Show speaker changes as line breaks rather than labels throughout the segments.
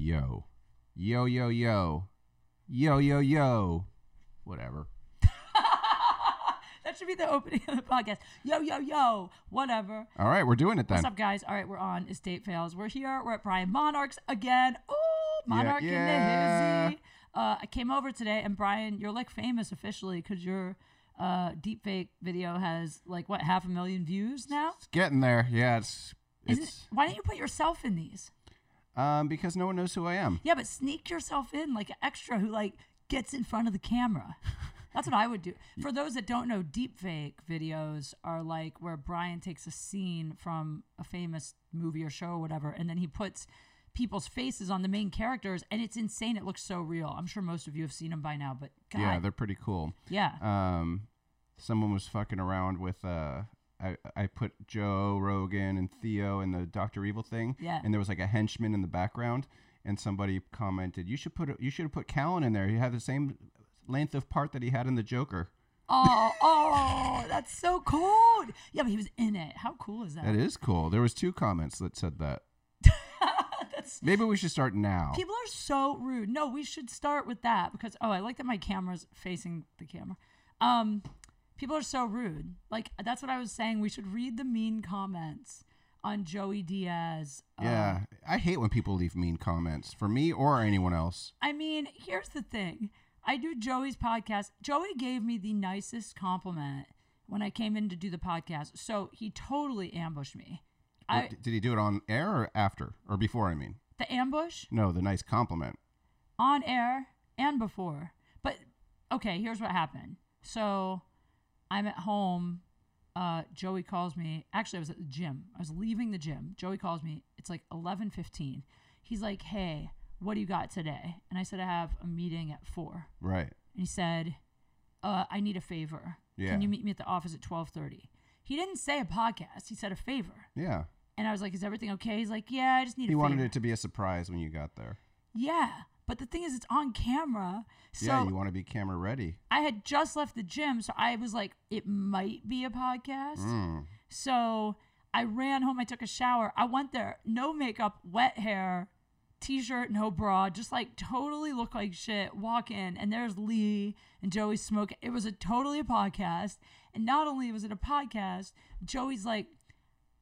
yo, yo, yo, yo, yo, yo, yo, whatever.
that should be the opening of the podcast. Yo, yo, yo, whatever.
All right, we're doing it then.
What's up, guys? All right, we're on Estate Fails. We're here. We're at Brian Monarch's again. Oh, Monarch
yeah.
in the hizzy. Uh, I came over today, and Brian, you're like famous officially because your uh, deep fake video has like what half a million views now.
It's getting there. Yeah, it's
Isn't
it's
why don't you put yourself in these?
um because no one knows who I am.
Yeah, but sneak yourself in like an extra who like gets in front of the camera. That's what I would do. For those that don't know, deepfake videos are like where Brian takes a scene from a famous movie or show or whatever, and then he puts people's faces on the main characters, and it's insane. It looks so real. I'm sure most of you have seen them by now, but God,
Yeah,
yeah,
they're pretty cool. Um, someone was fucking around with uh. I, I put Joe Rogan and Theo and the Doctor Evil thing,
Yeah.
and there was like a henchman in the background, and somebody commented, "You should put a, you should have put Callan in there. He had the same length of part that he had in the Joker."
Oh, oh, that's so cold. Yeah, but he was in it. How cool is that?
That is cool. There was two comments that said that.
that's
Maybe we should start now.
People are so rude. No, we should start with that because oh, I like that my camera's facing the camera. Um, people are so rude. Like that's what I was saying. We should read the mean comments on Joey Diaz. Um,
yeah, I hate when people leave mean comments for me or anyone else.
I mean, here's the thing. I do Joey's podcast. Joey gave me the nicest compliment when I came in to do the podcast. So he totally ambushed me. I,
What- Did he do it on air or after or before? I mean,
the ambush.
no, the nice compliment.
on air and before. But okay, here's what happened. So I'm at home. Uh, Joey calls me. Actually, I was at the gym. I was leaving the gym. Joey calls me. It's like 11:15. He's like, "Hey, what do you got today?" And I said, "I have a meeting at 4."
Right.
And he said, uh, "I need a favor.
Yeah.
Can you meet me at the office at 12:30?" He didn't say a podcast. He said a favor.
Yeah.
And I was like, "Is everything okay?" He's like, "Yeah, I just need
He
a
wanted
favor."
it to be a surprise when you got there.
Yeah, but the thing is, it's on camera. So
yeah, you want to be camera ready.
I had just left the gym, so I was like, it might be a podcast.
Mm.
So I ran home. I took a shower. I went there, no makeup, wet hair, t shirt, no bra, just like totally look like shit. Walk in, and there's Lee and Joey smoking. It was a totally a podcast. And not only was it a podcast, Joey's like,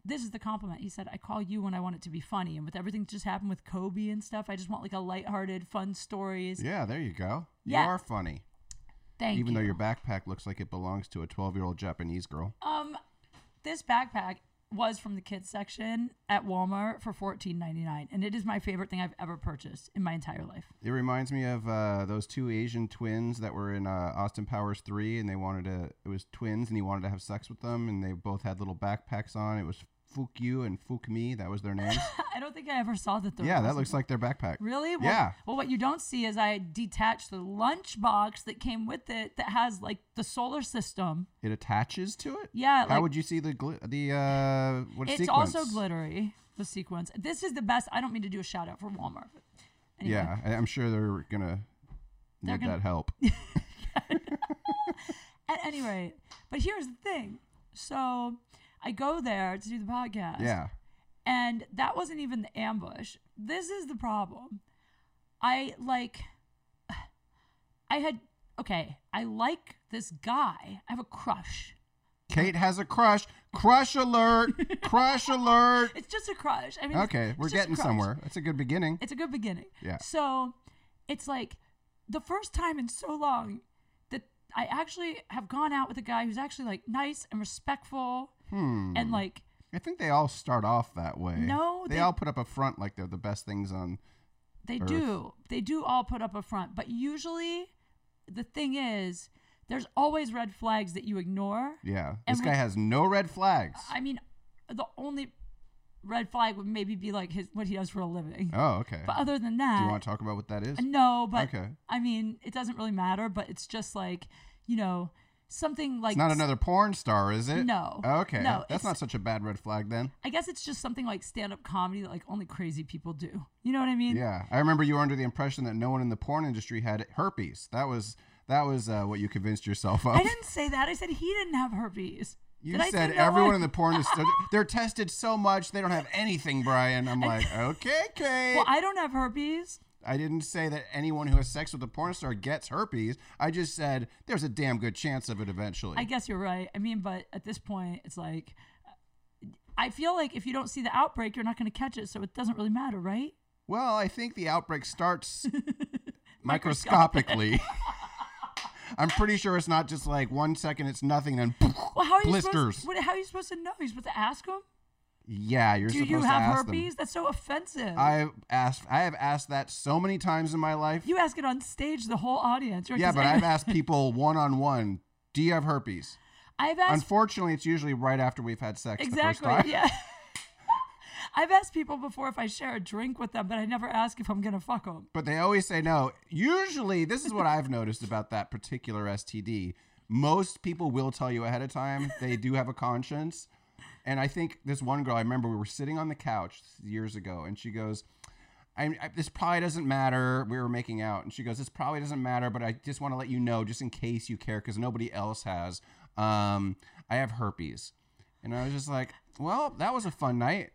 this is the compliment. He said, I call you when I want it to be funny. And with everything that just happened with Kobe and stuff, I just want like a lighthearted, fun stories.
Yeah, there you go.
Yeah.
You are funny.
Thank
Even
you.
though your backpack looks like it belongs to a 12 year old Japanese girl.
Um, this backpack was from the kids section at Walmart for $14.99, and it is my favorite thing I've ever purchased in my entire life.
It reminds me of uh, those two Asian twins that were in uh, Austin Powers 3 and they wanted to, it was twins and he wanted to have sex with them and they both had little backpacks on. It was Fook You and Fook Me. That was their names.
I don't think I ever saw the third.
yeah, that
one.
looks like their backpack.
Really? Well,
Yeah.
Well, what you don't see is I detached the lunch box that came with it that has like the solar system.
It attaches to it?
Yeah,
How
like-
would you see the, gli- the uh, what
It's
sequence?
also glittery. The sequence. This is the best. I don't mean to do a shout out for Walmart. But anyway.
Yeah, I- I'm sure they're going to
They're
need
gonna-
that help.
At any rate, but here's the thing. So I go there to do the podcast.
yeah.
And that wasn't even the ambush. This is the problem. I like, I had, okay, I like this guy. I have a crush.
Kate has a crush. Crush alert. crush alert.
It's just a crush. I mean, it's-
Okay,
it's
we're
just a
getting
crush.
somewhere. That's a good beginning.
It's a good beginning.
Yeah.
So it's like the first time in so long that I actually have gone out with a guy who's actually like nice and respectful
Hmm.
and like,
I think they all start off that way.
No,
they,
they-
all put up a front like they're the best things on.
They
Earth.
do. They do all put up a front. But usually, the thing is, there's always red flags that you ignore.
Yeah,
And
this
we-
guy has no red flags.
I mean, the only red flag would maybe be like his what he does for a living.
oh, okay.
But other than
Do
that,
you want to talk about what that is?
no. But
Okay.
I mean, it doesn't really matter. But it's just like you know something like
It's not another porn star, is it?
No.
Okay,
No,
that's
it's-
not such a bad red flag then.
I guess it's just something like stand-up comedy that like only crazy people do. You know what I mean?
Yeah, I remember you were under the impression that no one in the porn industry had herpes. That was that was uh, what you convinced yourself of.
I didn't say that. I said he didn't have herpes.
You
Did I
said
say that
everyone
one?
in the porn is they're tested so much they don't have anything, Brian. I'm like, okay, Kate.
Well, I don't have herpes.
I didn't say that anyone who has sex with a porn star gets herpes. I just said there's a damn good chance of it eventually.
I guess you're right. I mean, but at this point, it's like, I feel like if you don't see the outbreak, you're not going to catch it. So it doesn't really matter, right?
well, I think the outbreak starts microscopically. I'm pretty sure it's not just like one second it's nothing and
Well, how are you
blisters.
supposed? What, how are you supposed to know? You're supposed to ask them.
yeah, you're
Do
supposed
you
to
have
ask them.
herpes? That's so offensive.
I've asked. I have asked that so many times in my life.
you ask it on stage, the whole audience. Right?
yeah,
'Cause
but
I-
I've asked people one on one. Do you have herpes?
I've asked
Unfortunately, it's usually right after we've had sex the
exactly.
first time.
Yeah. I've asked people before if I share a drink with them, but I never ask if I'm gonna fuck them.
But they always say no. Usually, this is what I've noticed about that particular STD. Most people will tell you ahead of time they do have a conscience. And I think this one girl, I remember we were sitting on the couch years ago, and she goes, I, I, This probably doesn't matter. We were making out, and she goes, This probably doesn't matter, but I just want to let you know, just in case you care, because nobody else has. Um, I have herpes. And I was just like, Well, that was a fun night.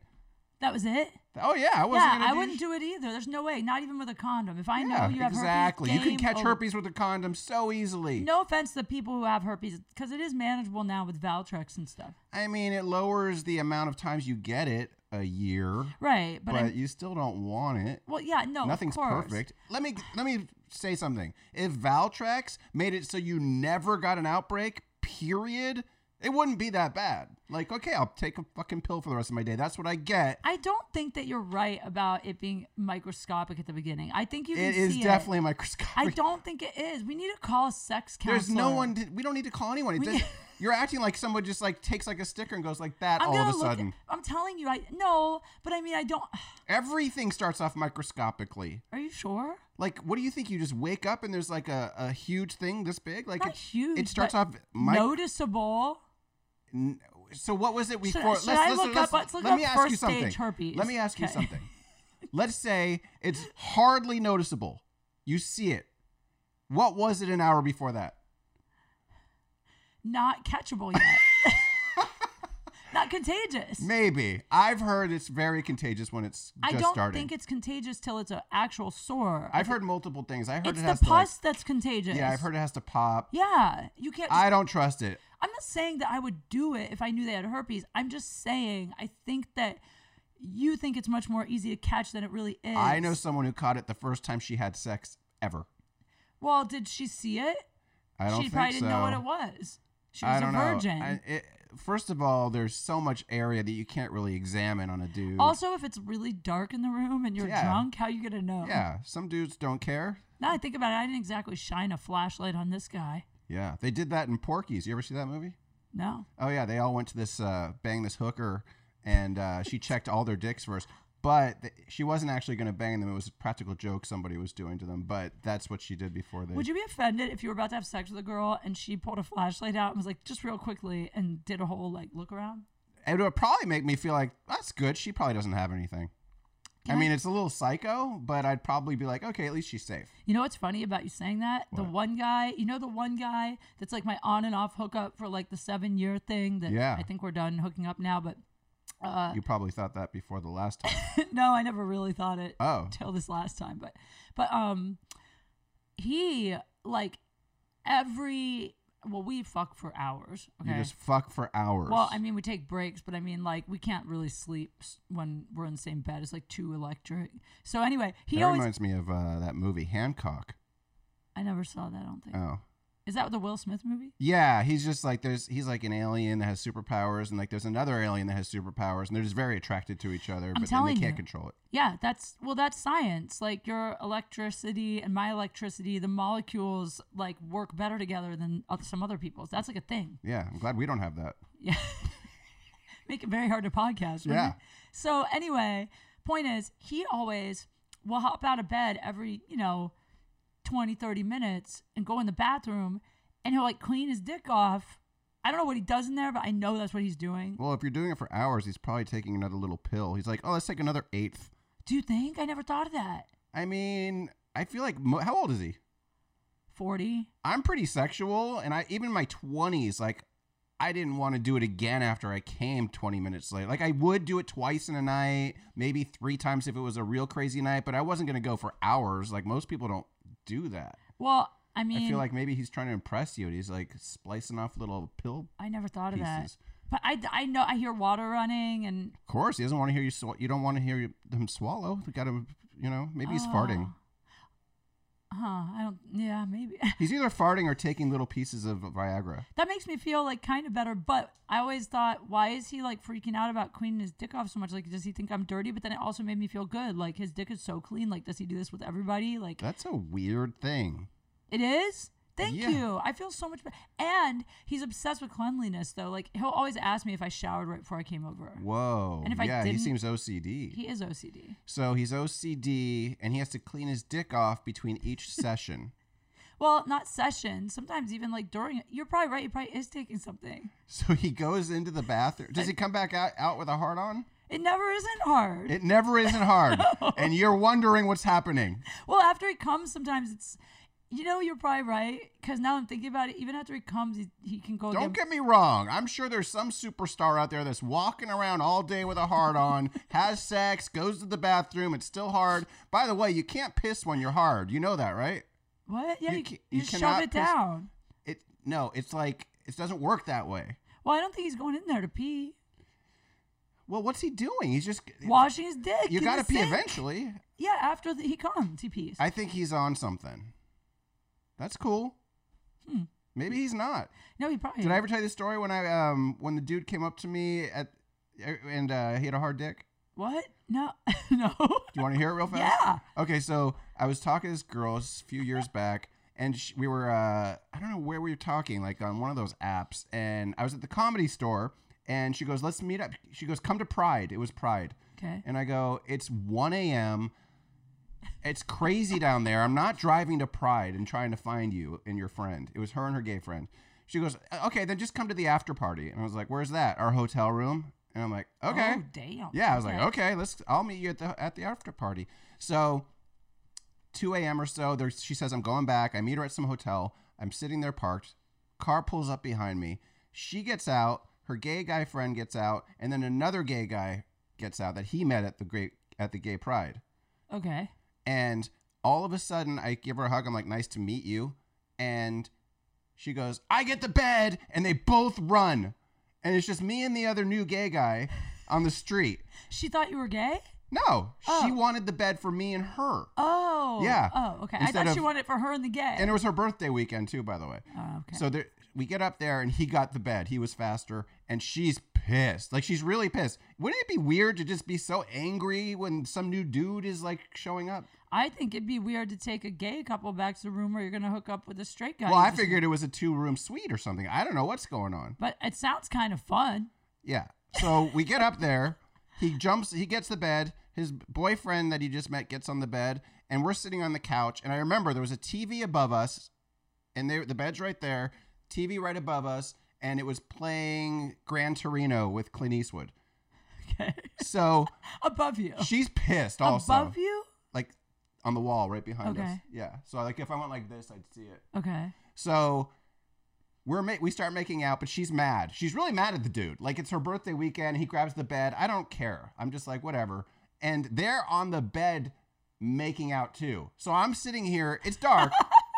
That was it.
Oh, yeah, I wasn't
Yeah,
gonna
I
do
wouldn't
sh-
do it either. There's no way. Not even with a condom. If I
Yeah,
know you have
exactly.
herpes,
you
game
can catch
over.
herpes with a condom so easily.
No offense to the people who have herpes, because it is manageable now with Valtrex and stuff.
I mean, it lowers the amount of times you get it a year,
Right, but,
but,
I'm,
you still don't want it.
well, yeah, no, of
Nothing's
course.
perfect. Let me let me say something. If Valtrex made it so you never got an outbreak, period, it wouldn't be that bad. Like, okay, I'll take a fucking pill for the rest of my day. That's what I get.
I don't think that you're right about it being microscopic at the beginning. I think you can
It is
see
definitely
It. I
microscopic.
don't think it is. We need to call a sex counselor.
There's no one. To, we don't need to call anyone. It
We-
does, you're acting like someone just like takes like a sticker and goes like that
I'm
all
gonna
of a
look.
sudden.
I'm telling you, I no, but I mean, I don't.
Everything starts off microscopically.
Are you sure?
Like, what do you think? You just wake up and there's like a, a huge thing this big? Like,
Not
it,
huge.
it starts
but
off. My,
noticeable.
n- so, what was it we
Should-
for-
should I look up- let's look
let
up
me ask you
first stage
something.
herpes.
Let me ask you
Okay.
something. Let's say it's hardly noticeable. You see it. What was it an hour before that?
Not catchable yet. Not contagious.
Maybe. I've heard it's very contagious when it's
I
just
don't
starting.
think it's contagious till it's an actual sore.
I've heard multiple things. I heard
it's
it
the
has to.
pus
Like,
that's contagious.
yeah, I've heard it has to pop.
Yeah, you can't. Just,
I don't trust it.
I'm not saying that I would do it if I knew they had herpes. I'm just saying I think that you think it's much more easy to catch than it really is.
I know someone who caught it the first time she had sex ever.
Well, did she see it?
I don't
she
think
probably didn't know what
so.
it was. She was
I don't
a virgin.
know. I, it, first of all, there's so much area that you can't really examine on a dude.
also, if it's really dark in the room and you're
Yeah.
drunk, how you gonna know?
yeah, some dudes don't care.
Now I think about it, I didn't exactly shine a flashlight on this guy.
Yeah, they did that in Porky's. You ever see that movie?
No.
Oh yeah, they all went to this uh, bang this hooker, and uh, she checked all their dicks first. But th- she wasn't actually going to bang them. It was a practical joke somebody was doing to them. But that's what she did before they.
Would you be offended if you were about to have sex with a girl and she pulled a flashlight out and was like, just real quickly, and did a whole like look around?
it would probably make me feel like that's good. She probably doesn't have anything. I
Can I-
mean, it's a little psycho, but I'd probably be like, okay, at least she's safe.
You know what's funny about you saying that? The
What?
one guy, you know, the one guy that's like my on and off hookup for like the seven year thing that
Yeah.
I think we're done hooking up now, but uh,
You probably thought that before the last time.
no, I never really thought it
Oh,
till this last time, but but um, he like every well, we fuck for hours. Okay,
you just fuck for hours.
Well, I mean, we take breaks, but I mean, like, we can't really sleep s- when we're in the same bed. It's like too electric. So anyway, he
that
always.
reminds me of uh, that movie Hancock.
I never saw that. I don't think.
Oh,
Is that the Will Smith movie?
yeah, he's just like there's he's like an alien that has superpowers, and like there's another alien that has superpowers, and they're just very attracted to each other, but then they
telling
can't
you.
control it.
Yeah, that's well, that's science. Like your electricity and my electricity, the molecules like work better together than oth- some other people's. That's like a thing.
Yeah, I'm glad we don't have that.
Yeah. Make it very hard to podcast. wouldn't
Yeah.
it? So anyway, point is, he always will hop out of bed every, you know, 20, 30 minutes and go in the bathroom and he'll like clean his dick off. I don't know what he does in there, but I know that's what he's doing.
Well, if you're doing it for hours, he's probably taking another little pill. He's like, oh, let's take another eighth.
Do you think? I never thought of that.
I mean, I feel like mo- how old is he?
40.
I'm pretty sexual, and I even in my 20s, like I didn't want to do it again after I came 20 minutes late. Like I would do it twice in a night, maybe three times if it was a real crazy night, but I wasn't going to go for hours. Like most people don't do that.
Well, I mean,
I feel like maybe he's trying to impress you and he's like splicing off little pill
I never thought of that.
pieces.
But I, I know I hear water running and
Of course, he doesn't want to hear you sw- you don't want to hear you- him swallow. You got to, you know, maybe he's
Oh.
farting.
huh, I don't yeah, maybe.
He's either farting or taking little pieces of Viagra.
that makes me feel like kind of better, but I always thought why is he like freaking out about cleaning his dick off so much? Like does he think I'm dirty? But then it also made me feel good. Like his dick is so clean. Like does he do this with everybody? Like
That's a weird thing.
It is? Thank
Yeah.
you. I feel so much better. And he's obsessed with cleanliness, though. Like, he'll always ask me if I showered right before I came over.
Whoa.
And if I
yeah, he
didn't-
seems OCD.
He is OCD.
So he's OCD and he has to clean his dick off between each session.
Well, not session. Sometimes even like during it. You're probably right. He probably is taking something.
So he goes into the bathroom. Does he come back out, out with a heart on?
It never isn't hard.
It never isn't hard. And you're wondering what's happening.
well, after he comes, sometimes it's. You know, you're probably right. Because now I'm thinking about it. Even after he comes, he, he can go
Don't
again.
get me wrong. I'm sure there's some superstar out there that's walking around all day with a hard on, has sex, goes to the bathroom. It's still hard. By the way, you can't piss when you're hard. You know that, right?
what? Yeah,
you
you,
ca-
you,
you
just shove
cannot
it
piss-
down.
It no. It's like it doesn't work that way.
Well, I don't think he's going in there to pee.
Well, what's he doing? He's just
Washing his dick.
you
in
got to
the
pee
sink.
eventually.
Yeah, after the, he comes, he pees.
I think he's on something. That's cool.
Hmm.
Maybe he's not.
no, he probably.
Did I ever tell you the story when I um when the dude came up to me at and uh, he had a hard dick?
What? No, no.
Do you want to hear it real fast?
yeah.
Okay, so I was talking to this girl a few years back, and sh we were, uh, I don't know where we were talking, like on one of those apps, and I was at the comedy store, and she goes, Let's meet up. She goes, Come to Pride. It was Pride.
Okay.
And I go, It's 1 a.m. It's crazy down there. I'm not driving to Pride and trying to find you and your friend. It was her and her gay friend. She goes, Okay, then just come to the after party. And I was like, Where's that? Our hotel room? And I'm like, Okay.
Oh, damn.
Yeah, I was like, okay, let's. I'll meet you at the at the after party. So, 2 a.m. or so, there she says I'm going back. I meet her at some hotel. I'm sitting there parked. Car pulls up behind me. She gets out. Her gay guy friend gets out, and then another gay guy gets out that he met at the great at the gay pride.
Okay.
And all of a sudden, I give her a hug. I'm like, nice to meet you. And she goes, I get the bed. And they both run. And it's just me and the other new gay guy on the street.
She thought you were gay?
No, she
Oh.
wanted the bed for me and her.
Oh.
Yeah.
Oh, okay. I
Instead
thought she
of-
wanted it for her and the gay.
And it was her birthday weekend too, by the way.
oh, okay.
So there, we get up there and he got the bed. He was faster and she's pissed. Like she's really pissed. Wouldn't it be weird to just be so angry when some new dude is like showing up?
I think it'd be weird to take a gay couple back to the room where you're going to hook up with a straight guy.
well,
you
I
just-
figured it was a two-room suite or something. I don't know what's going on.
But it sounds kind of fun.
Yeah. So we get up there. He jumps. He gets the bed. His boyfriend that he just met gets on the bed, and we're sitting on the couch. And I remember there was a TV above us, and they, the bed's right there. TV right above us, and it was playing Gran Torino with Clint Eastwood.
Okay.
So
Above you.
she's pissed also,
Above you?
like on the wall right behind us.
Okay.
Yeah. So like if I went like this, I'd see it.
Okay.
So we're ma- we start making out, but she's mad. She's really mad at the dude. Like it's her birthday weekend. He grabs the bed. I don't care. I'm just like whatever. And they're on the bed making out too. So I'm sitting here. It's dark.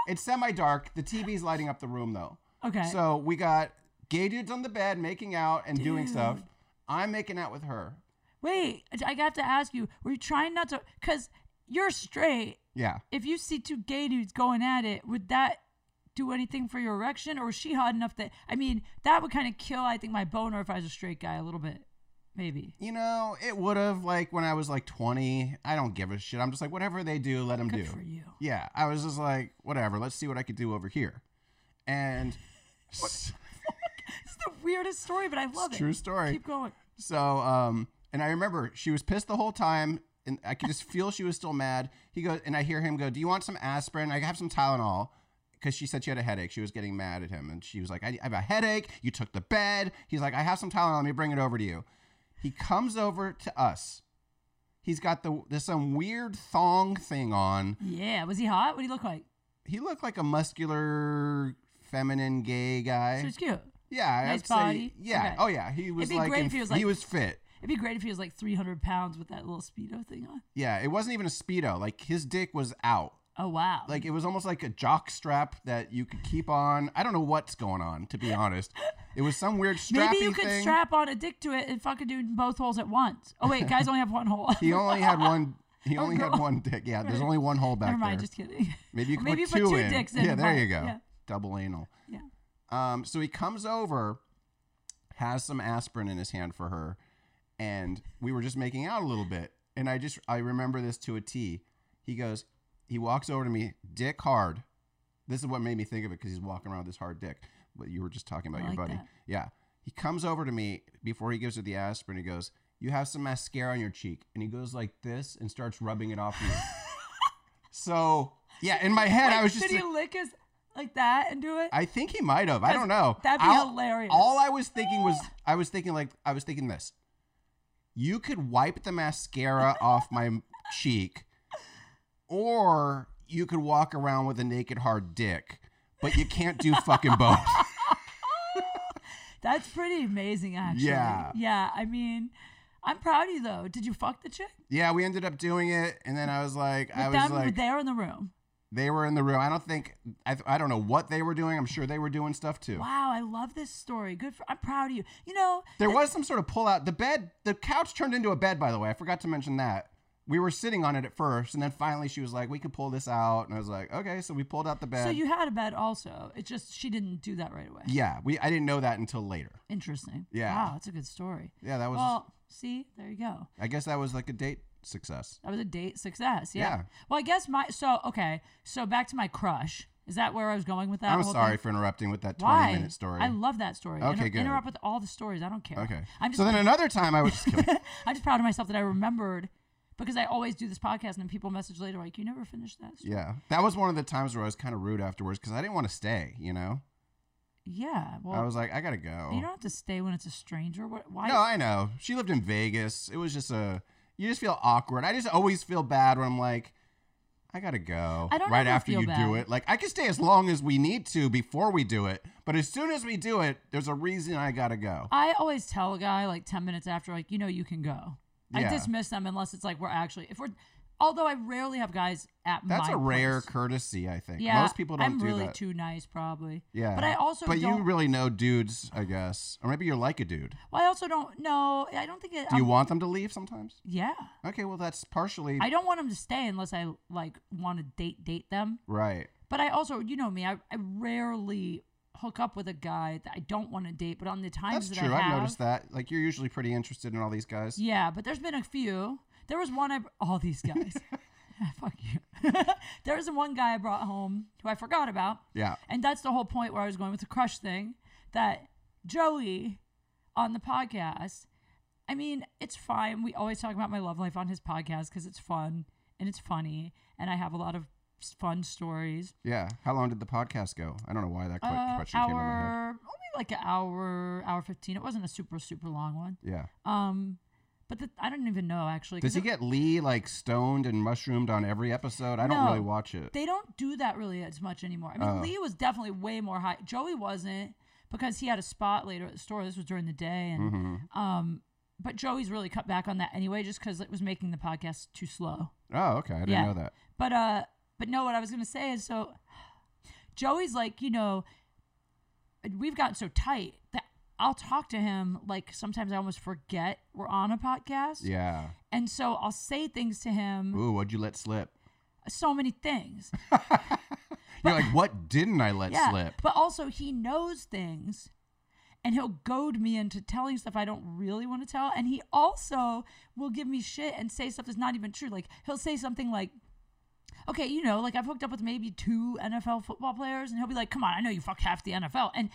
it's semi dark. The TV's lighting up the room though.
Okay.
So we got gay dudes on the bed making out and doing stuff.
Dude.
I'm making out with her.
Wait, I have to ask you, were you trying not to? Because you're straight.
Yeah.
if you see two gay dudes going at it, would that do anything for your erection? Or is she hot enough that I mean, that would kind of kill, I think, my boner if I was a straight guy a little bit, maybe.
You know, it would have like when I was like 20. I don't give a shit. I'm just like whatever they do, let them
Good
do.
for you.
yeah, I was just like, whatever, let's see what I could do over here. And it's
It's the weirdest story, but I love it.
true story.
Keep going.
So, um, and I remember she was pissed the whole time, and I could just feel she was still mad. He goes, and I hear him go, "Do you want some aspirin? I have some Tylenol." Because she said she had a headache. She was getting mad at him, and she was like, "I I have a headache. You took the bed." He's like, "I have some Tylenol. Let me bring it over to you." He comes over to us. He's got the there's some weird thong thing on.
Yeah. Was he hot? What did he look like?
He looked like a muscular, feminine, gay guy.
So it's cute.
Yeah, I'd
Nice
say.
body?
Yeah.
Okay.
Oh yeah, he was
be
like,
great
in-
if he was,
he
like-
was fit.
It'd be great if he was like 300 pounds with that little speedo thing on.
Yeah, it wasn't even a speedo. Like his dick was out.
Oh wow!
Like it was almost like a jock strap that you could keep on. I don't know what's going on, to be honest. It was some weird strappy
maybe you could
thing.
strap on a dick to it and fucking do both holes at once. Oh wait, guys only have one hole.
he only had one. He only had
girl.
one dick. Yeah, there's only one hole back
Never mind,
there.
just kidding.
maybe you
Or
could
maybe
put,
you put
two
two
in.
dicks in
yeah,
and
there
one-
you go.
yeah.
Double anal.
Yeah.
Um, so he comes over, has some aspirin in his hand for her, and we were just making out a little bit. And I just I remember this to a T. He goes, he walks over to me, dick hard. This is what made me think of it because he's walking around with this hard dick. What you were just talking about your
I like
buddy.
that.
Yeah. He comes over to me before he gives her the aspirin. He goes, You have some mascara on your cheek. And he goes like this and starts rubbing it off me. so, yeah, in my head, I
Like,
was just.
did he lick his like that and do it?
I think he might have. I don't know.
That'd be
I'll-
hilarious.
All I was thinking was, I was thinking like, I was thinking this. You could wipe the mascara off my m- cheek, or you could walk around with a naked hard dick, but you can't do fucking both.
That's pretty amazing, actually.
Yeah.
Yeah. I mean, I'm proud of you though. Did you fuck the chick?
yeah, we ended up doing it, and then I was like, I
With
was
them,
like,
they're in the room.
they were in the room. I don't think, I, th- I don't know what they were doing. I'm sure they were doing stuff too.
Wow, I love this story. Good for. I'm proud of you. You know,
There was some sort of pull out. The bed, the couch turned into a bed, by the way. I forgot to mention that. We were sitting on it at first, and then finally she was like, we could pull this out. And I was like, okay. So we pulled out the bed.
so you had a bed also. It's just she didn't do that right away.
yeah, we, I didn't know that until later.
Interesting.
Yeah.
Wow, that's a good story.
Yeah, that was,
Well, see, there you go.
I guess that was like a date success.
That was a date success. Yeah.
Yeah.
Well, I guess my so okay. So back to my crush. Is that where I was going with that?
I'm
whole
sorry
thing?
for interrupting with that 20
Why?
minute story.
I love that story.
Okay,
Inter-
good.
Interrupt with all the stories. I don't care.
okay.
I'm just
so then another time I was just kidding.
I'm just proud of myself that I remembered because I always do this podcast and then people message later like, "You never finished that." story."
yeah. That was one of the times where I was kind of rude afterwards because I didn't want to stay, you know?
Yeah. Well,
I was like, I got to go.
you don't have to stay when it's a stranger. What? Why?
No, I know. She lived in Vegas. It was just a. You just feel awkward. I just always feel bad when I'm like, I gotta go.
I don't
right
ever
after
feel
you do
bad.
it. Like I can stay as long as we need to before we do it, but as soon as we do it, there's a reason I gotta go.
I always tell a guy like 10 minutes after, like, you know, you can go.
Yeah.
I dismiss them unless it's like we're actually, if we're, although I rarely have guys at
That's
my
a rare
place.
courtesy, I think.
Yeah.
Most people don't
I'm
do
really
that.
too nice, probably.
yeah.
But I also
But
don't,
you really know dudes, I guess, or maybe you're like a dude.
well, I also don't know. I don't think it,
Do you
I'm-
want them to leave sometimes?
yeah.
Okay, well that's partially
I don't want them to stay unless I like want to date, date them.
right.
But I also, you know me, I, I rarely hook up with a guy that I don't want to date. But on the times
That's
that
true.
I
I've
have,
noticed that. Like you're usually pretty interested in all these guys.
yeah. But there's been a few. There was one I all these guys. Fuck you. there was one guy I brought home who I forgot about,
Yeah.
and that's the whole point where I was going with the crush thing. That Joey on the podcast. I mean, it's fine. We always talk about my love life on his podcast because it's fun and it's funny, and I have a lot of s- fun stories.
Yeah. How long did the podcast go? I don't know why that que-
uh,
question came to my head.
hour- only like an hour, hour fifteen. It wasn't a super, super long one.
Yeah.
Um, but the, I don't even know actually.
Does
'cause
he
it-
get Lee like stoned and mushroomed on every episode? I don't really
No.
watch it.
They don't do that really as much anymore. I mean,
Oh.
Lee was definitely way more high. Joey wasn't because he had a spot later at the store. This was during the day, and
hmm
um, but Joey's really cut back on that anyway, just because it was making the podcast too slow.
Oh, okay. I didn't
Yeah.
know that.
But uh, but no, what I was gonna say is so Joey's like, you know, we've gotten so tight that I'll talk to him like sometimes I almost forget we're on a podcast,
Yeah.
and so I'll say things to him,
Ooh, what'd you let slip?
so many things.
You're like, what didn't I let
yeah,
slip?
but also he knows things. And he'll goad me into telling stuff I don't really want to tell. And he also will give me shit and say stuff that's not even true. Like, he'll say something like, okay, you know, like I've hooked up with maybe two NFL football players, and he'll be like, come on, I know you fuck half the NFL. And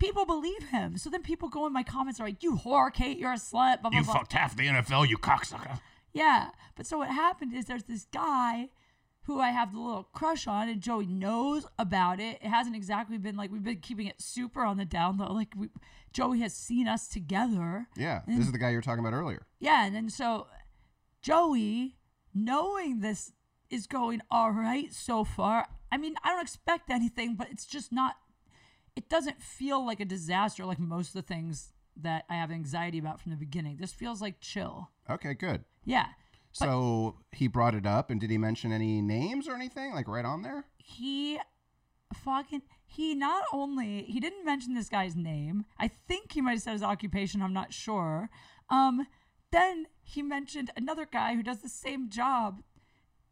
people believe him. So then people go in my comments are like, you whore, Kate, you're a slut, blah, blah, blah.
half the NFL, you cocksucker.
Yeah. But so what happened is there's this guy who I have the little crush on, and Joey knows about it. It hasn't exactly been like we've been keeping it super on the down low. Like we, Joey has seen us together.
Yeah. This is the guy you were talking about earlier.
Yeah, and then so Joey, knowing this is going all right so far. I mean, I don't expect anything, but it's just not. it doesn't feel like a disaster like most of the things that I have anxiety about from the beginning. This feels like chill.
Okay, good.
Yeah. But-
so he brought it up, and did he mention any names or anything like right on there?
He fucking he not only he didn't mention this guy's name. I think he might have said his occupation, I'm not sure. Um then he mentioned another guy who does the same job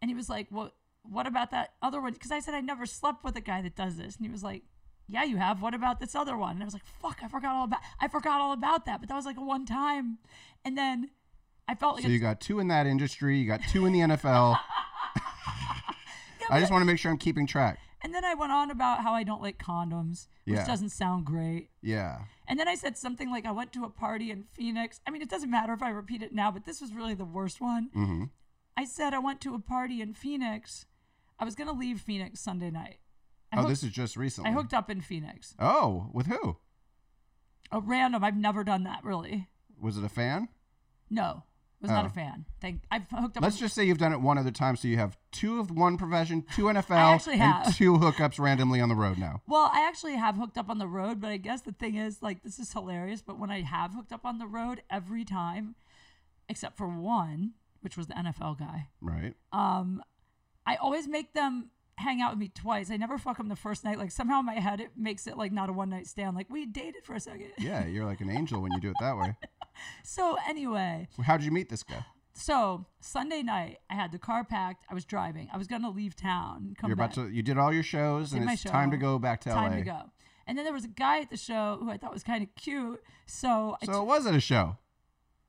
and he was like, "Well, what about that other one?" Cuz I said I never slept with a guy that does this. And he was like, "Yeah, you have. What about this other one?" And I was like, "Fuck, I forgot all about I forgot all about that." But that was like a one time. And then I felt like
So
a
you got two in that industry, you got two in the NFL. I just want to make sure I'm keeping track.
And then I went on about how I don't like condoms, which
Yeah.
doesn't sound great.
Yeah.
And then I said something like, I went to a party in Phoenix. I mean, it doesn't matter if I repeat it now, but this was really the worst one.
Mm-hmm.
I said, I went to a party in Phoenix. I was going to leave Phoenix Sunday night. I,
Oh,
hooked,
this is just recently.
I hooked up in Phoenix.
Oh, with who?
A random. I've never done that, really.
Was it a fan?
No, was not
Oh.
a fan. Thank. I've hooked up.
Let's
with-
just say you've done it one other time, so you have two of one profession, two NFL,
actually
and
have.
two hookups randomly on the road now.
Well, I actually have hooked up on the road, but I guess the thing is, like, this is hilarious. But when I have hooked up on the road every time, except for one, which was the NFL guy,
Right.
um, I always make them hang out with me twice. I never fuck them the first night. Like, somehow in my head, it makes it like not a one night stand. Like, we dated for a second.
Yeah, you're like an angel when you do it that way.
So, anyway,
How did you meet this guy?
so Sunday night, I had the car packed. I was driving. I was going to leave town. and Come
You're
back.
about to. You did all your shows, and
my
it's time to
show.
go back to
time
LA.
to go. And then there was a guy at the show who I thought was kind of cute. So, I
So it wasn't a show.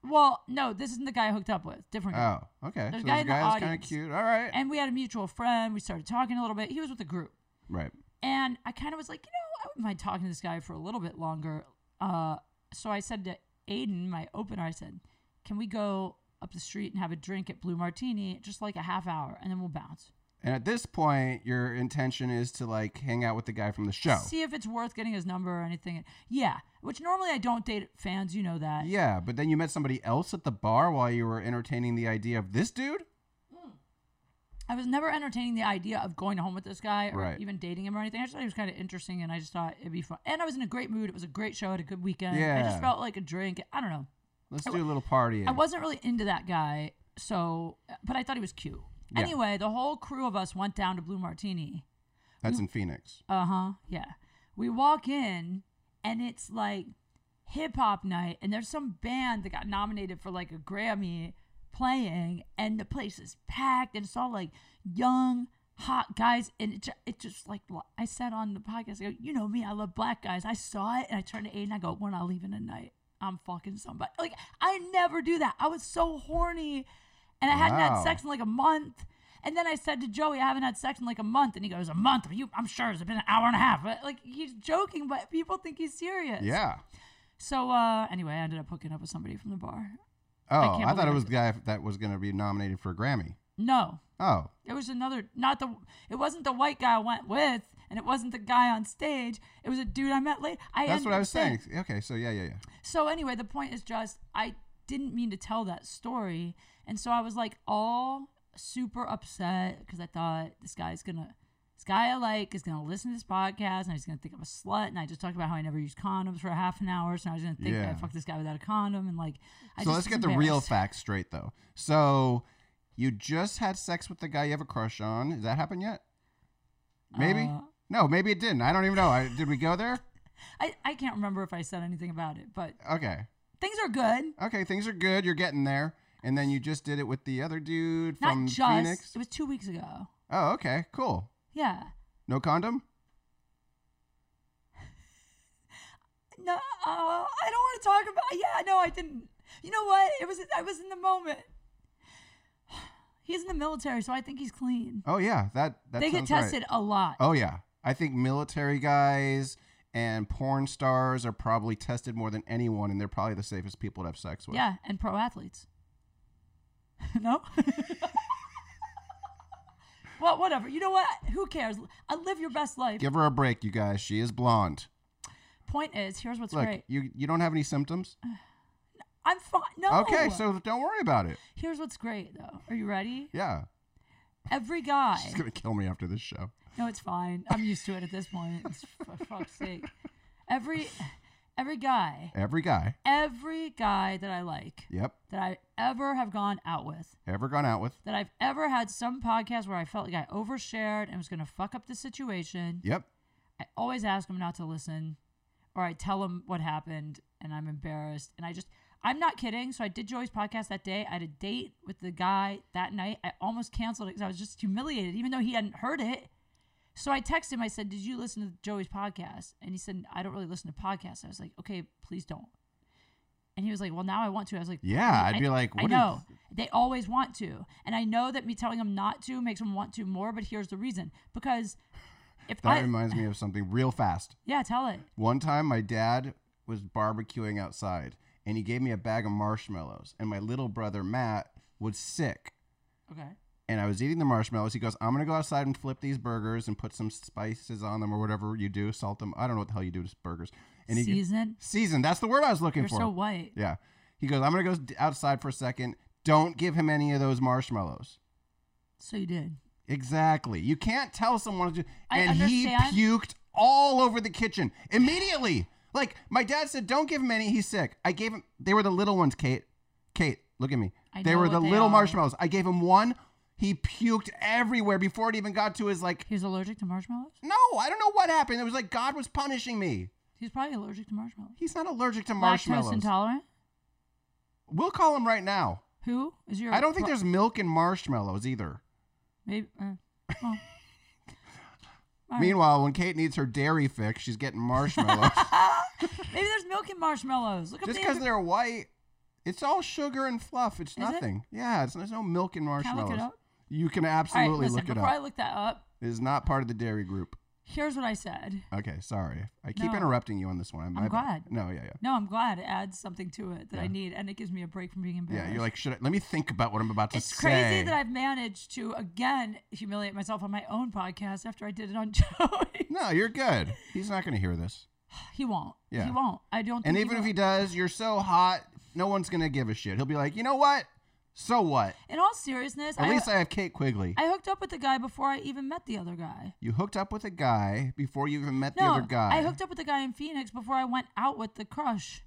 Well, no, this isn't the guy I hooked up with. Different guy.
Oh, okay.
There's
so
a guy
this
in the
guy was kind of
audience.
cute. All right.
And we had a mutual friend. We started talking a little bit. He was with a group.
right.
And I kind of was like, you know, I wouldn't mind talking to this guy for a little bit longer. Uh, so I said to Aiden, my opener, I said, can we go up the street and have a drink at Blue Martini just like a half hour and then we'll bounce?
And at this point, your intention is to like hang out with the guy from the show.
See if it's worth getting his number or anything. Yeah, which normally I don't date fans. You know that.
Yeah, but then you met somebody else at the bar while you were entertaining the idea of this dude.
I was never entertaining the idea of going home with this guy or
Right.
even dating him or anything. I just thought he was kind of interesting and I just thought it'd be fun. And I was in a great mood. It was a great show. I had a good weekend. I
Yeah.
just felt like a drink. I don't know.
Let's do a little partying.
I wasn't really into that guy. So, but I thought he was cute.
Yeah.
Anyway, the whole crew of us went down to Blue Martini.
That's in Phoenix.
Uh huh. Yeah. We walk in and it's like hip hop night, and there's some band that got nominated for like a Grammy playing, and the place is packed, and it's all like young, hot guys. And it, ju- it just like, lo- I said on the podcast, I go, you know me, I love black guys. I saw it, and I turned to Aiden, I go, we're not leaving tonight. I'm fucking somebody. Like, I never do that. I was so horny, and I hadn't
Wow.
had sex in like a month. And then I said to Joey, I haven't had sex in like a month. And he goes, A month? Are you, I'm sure it's been an hour and a half. But, Like, he's joking, but people think he's serious.
Yeah.
So, uh, anyway, I ended up hooking up with somebody from the bar.
Oh,
I
I,
can't
thought it
believe
was the guy that was going to be nominated for a Grammy.
No,
Oh,
it was another, not the, it wasn't the white guy I went with, and it wasn't the guy on stage. It was a dude I met late. I
that's
ended
what I
up
was saying. Okay, so yeah, yeah, yeah.
So anyway, the point is just I didn't mean to tell that story, and so I was like all super upset because I thought this guy's gonna, this guy I like is gonna listen to this podcast and he's gonna think I'm a slut, and I just talked about how I never used condoms for half an hour, so I was gonna think that
Yeah.
I fucked this guy without a condom, and like, I
so let's
just was
get the real
embarrassed.
facts straight, though. So you just had sex with the guy you have a crush on. Has that happened yet? Maybe.
Uh,
no, maybe it didn't. I don't even know. I, did we go there?
I I can't remember if I said anything about it, but
Okay.
things are good.
Okay, things are good. You're getting there. And then you just did it with the other dude
Not
from
just
Phoenix.
it was two weeks ago.
Oh, okay. Cool.
Yeah.
No condom?
No, uh, I don't want to talk about. Yeah, no, I didn't. You know what? It was I was in the moment. He's in the military, so I think he's clean.
Oh, yeah. That, that
they get
sounds right.
tested a lot.
Oh yeah, I think military guys and porn stars are probably tested more than anyone, and they're probably the safest people to have sex with.
yeah, and pro athletes. no. well, whatever. You know what? Who cares? I live your best life.
Give her a break, you guys. She is blonde.
Point is, here's what's
Look,
great.
you you don't have any symptoms.
I'm fine. No.
Okay, so don't worry about it.
here's what's great though. Are you ready?
Yeah,
Every guy.
she's gonna kill me after this show.
No, it's fine. I'm used to it at this point. It's, for fuck's sake. Every every guy,
Every guy.
every guy that I like
Yep.
that I ever have gone out with,
Ever gone out with.
that I've ever had some podcast where I felt like I overshared and was going to fuck up the situation.
Yep.
I always ask them not to listen, or I tell them what happened, and I'm embarrassed. And I just, I'm not kidding. So I did Joey's podcast that day. I had a date with the guy that night. I almost canceled it because I was just humiliated, even though he hadn't heard it. So I texted him. I said, "Did you listen to Joey's podcast?" And he said, "I don't really listen to podcasts." I was like, "Okay, please don't." And he was like, "Well, now I want to." I was like,
Yeah. I'd
I-
be like,
I
what is-
know. They always want to. And I know that me telling them not to makes them want to more, but here's the reason. Because if
That
I
reminds me of something real fast.
Yeah, tell it.
One time, my dad was barbecuing outside, and he gave me a bag of marshmallows. And my little brother Matt was sick,
Okay.
and I was eating the marshmallows. He goes, "I'm gonna go outside and flip these burgers and put some spices on them, or whatever you do, salt them. I don't know what the hell you do to burgers." And he
Season.
season. That's the word I was looking
You're
for.
so white.
yeah. He goes, "I'm gonna go d- outside for a second. Don't give him any of those marshmallows."
So you did.
Exactly. You can't tell someone to.
I
and
understand.
he puked all over the kitchen immediately. Like my dad said, don't give him any. He's sick. I gave him. They were the little ones, Kate. Kate, look at me.
I
they
know
were
what
the
they
little
are.
marshmallows. I gave him one. He puked everywhere before it even got to his like.
He's allergic to marshmallows?
No, I don't know what happened. It was like God was punishing me.
He's probably allergic to marshmallows.
He's not allergic to
Lactose
marshmallows.
intolerant?
We'll call him right now.
Who is your
I don't think
pro-
there's milk in marshmallows either.
maybe uh, well. All right.
Meanwhile, when Kate needs her dairy fix, she's getting marshmallows.
maybe there's milk in marshmallows. Look
Just
up the
because
inter-
they're white, it's all sugar and fluff. It's
it?
nothing. Yeah, it's, there's no milk in
Can I
marshmallows.
look it up?
You can
All right,
absolutely
listen,
look it
before I
up.
look that up,
It is not part of the dairy group.
here's what I said.
Okay, sorry. I keep
No.
interrupting you on this one. my bad.
I'm glad.
No, yeah, yeah.
No, I'm glad it adds something to it that I
Yeah.
need, and it gives me a break from being embarrassed.
Yeah, you're like, should I, let me think about what I'm about to
It's
say.
crazy that I've managed to again humiliate myself on my own podcast after I did it on Joey.
No, you're good. He's not going to hear this.
he won't.
Yeah.
He won't. I don't.
And
think
even if
will.
he does, you're so hot, no one's going to give a shit. He'll be like, you know what? So what?
in all seriousness,
At
I,
least I have Kate Quigley.
I hooked up with the guy before I even met the other guy.
you hooked up with a guy before you even met the
No,
other guy.
I hooked up with the guy in Phoenix before I went out with the crush.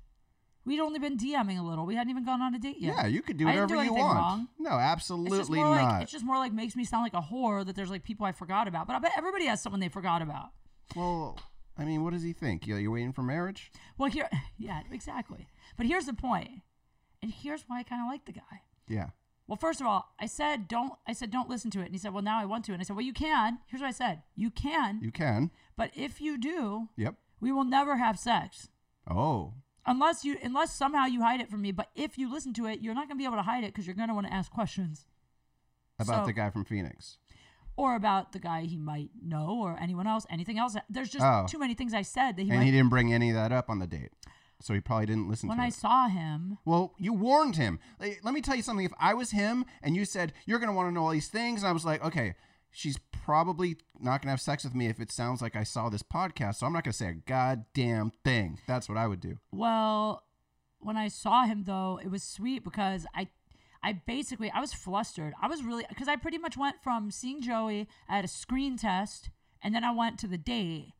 We'd only been DMing a little. We hadn't even gone on a date yet.
Yeah, you could do
I didn't
whatever
do
you
anything
want.
wrong.
No,
It's just
absolutely
more
not.
like it's just more like makes me sound like a whore that there's like people I forgot about. But I bet everybody has someone they forgot about.
well, I mean, what does he think? Yeah, you're waiting for marriage?
Well, here, yeah, exactly. But here's the point, and here's why I kind of like the guy.
Yeah.
Well, first of all, I said don't. I said don't listen to it, and he said, well, now I want to, and I said, well, you can. Here's what I said: you can,
You can.
but if you do,
Yep.
we will never have sex
Oh.
unless you unless somehow you hide it from me. But if you listen to it, you're not going to be able to hide it because you're going to want to ask questions
About
So-
the guy from Phoenix.
or about the guy he might know or anyone else, anything else. There's just
Oh.
too many things I said that he
and
might.
he didn't bring any of that up on the date. So he probably didn't listen
when
to
I
it.
saw him,
Well, you warned him. Like, let me tell you something. If I was him and you said, you're going to want to know all these things, and I was like, okay, she's probably not going to have sex with me if it sounds like I saw this podcast. So I'm not going to say a goddamn thing. That's what I would do.
well, when I saw him though, it was sweet because I. I basically I was flustered. I was really because I pretty much went from seeing Joey at a screen test and then I went to the date.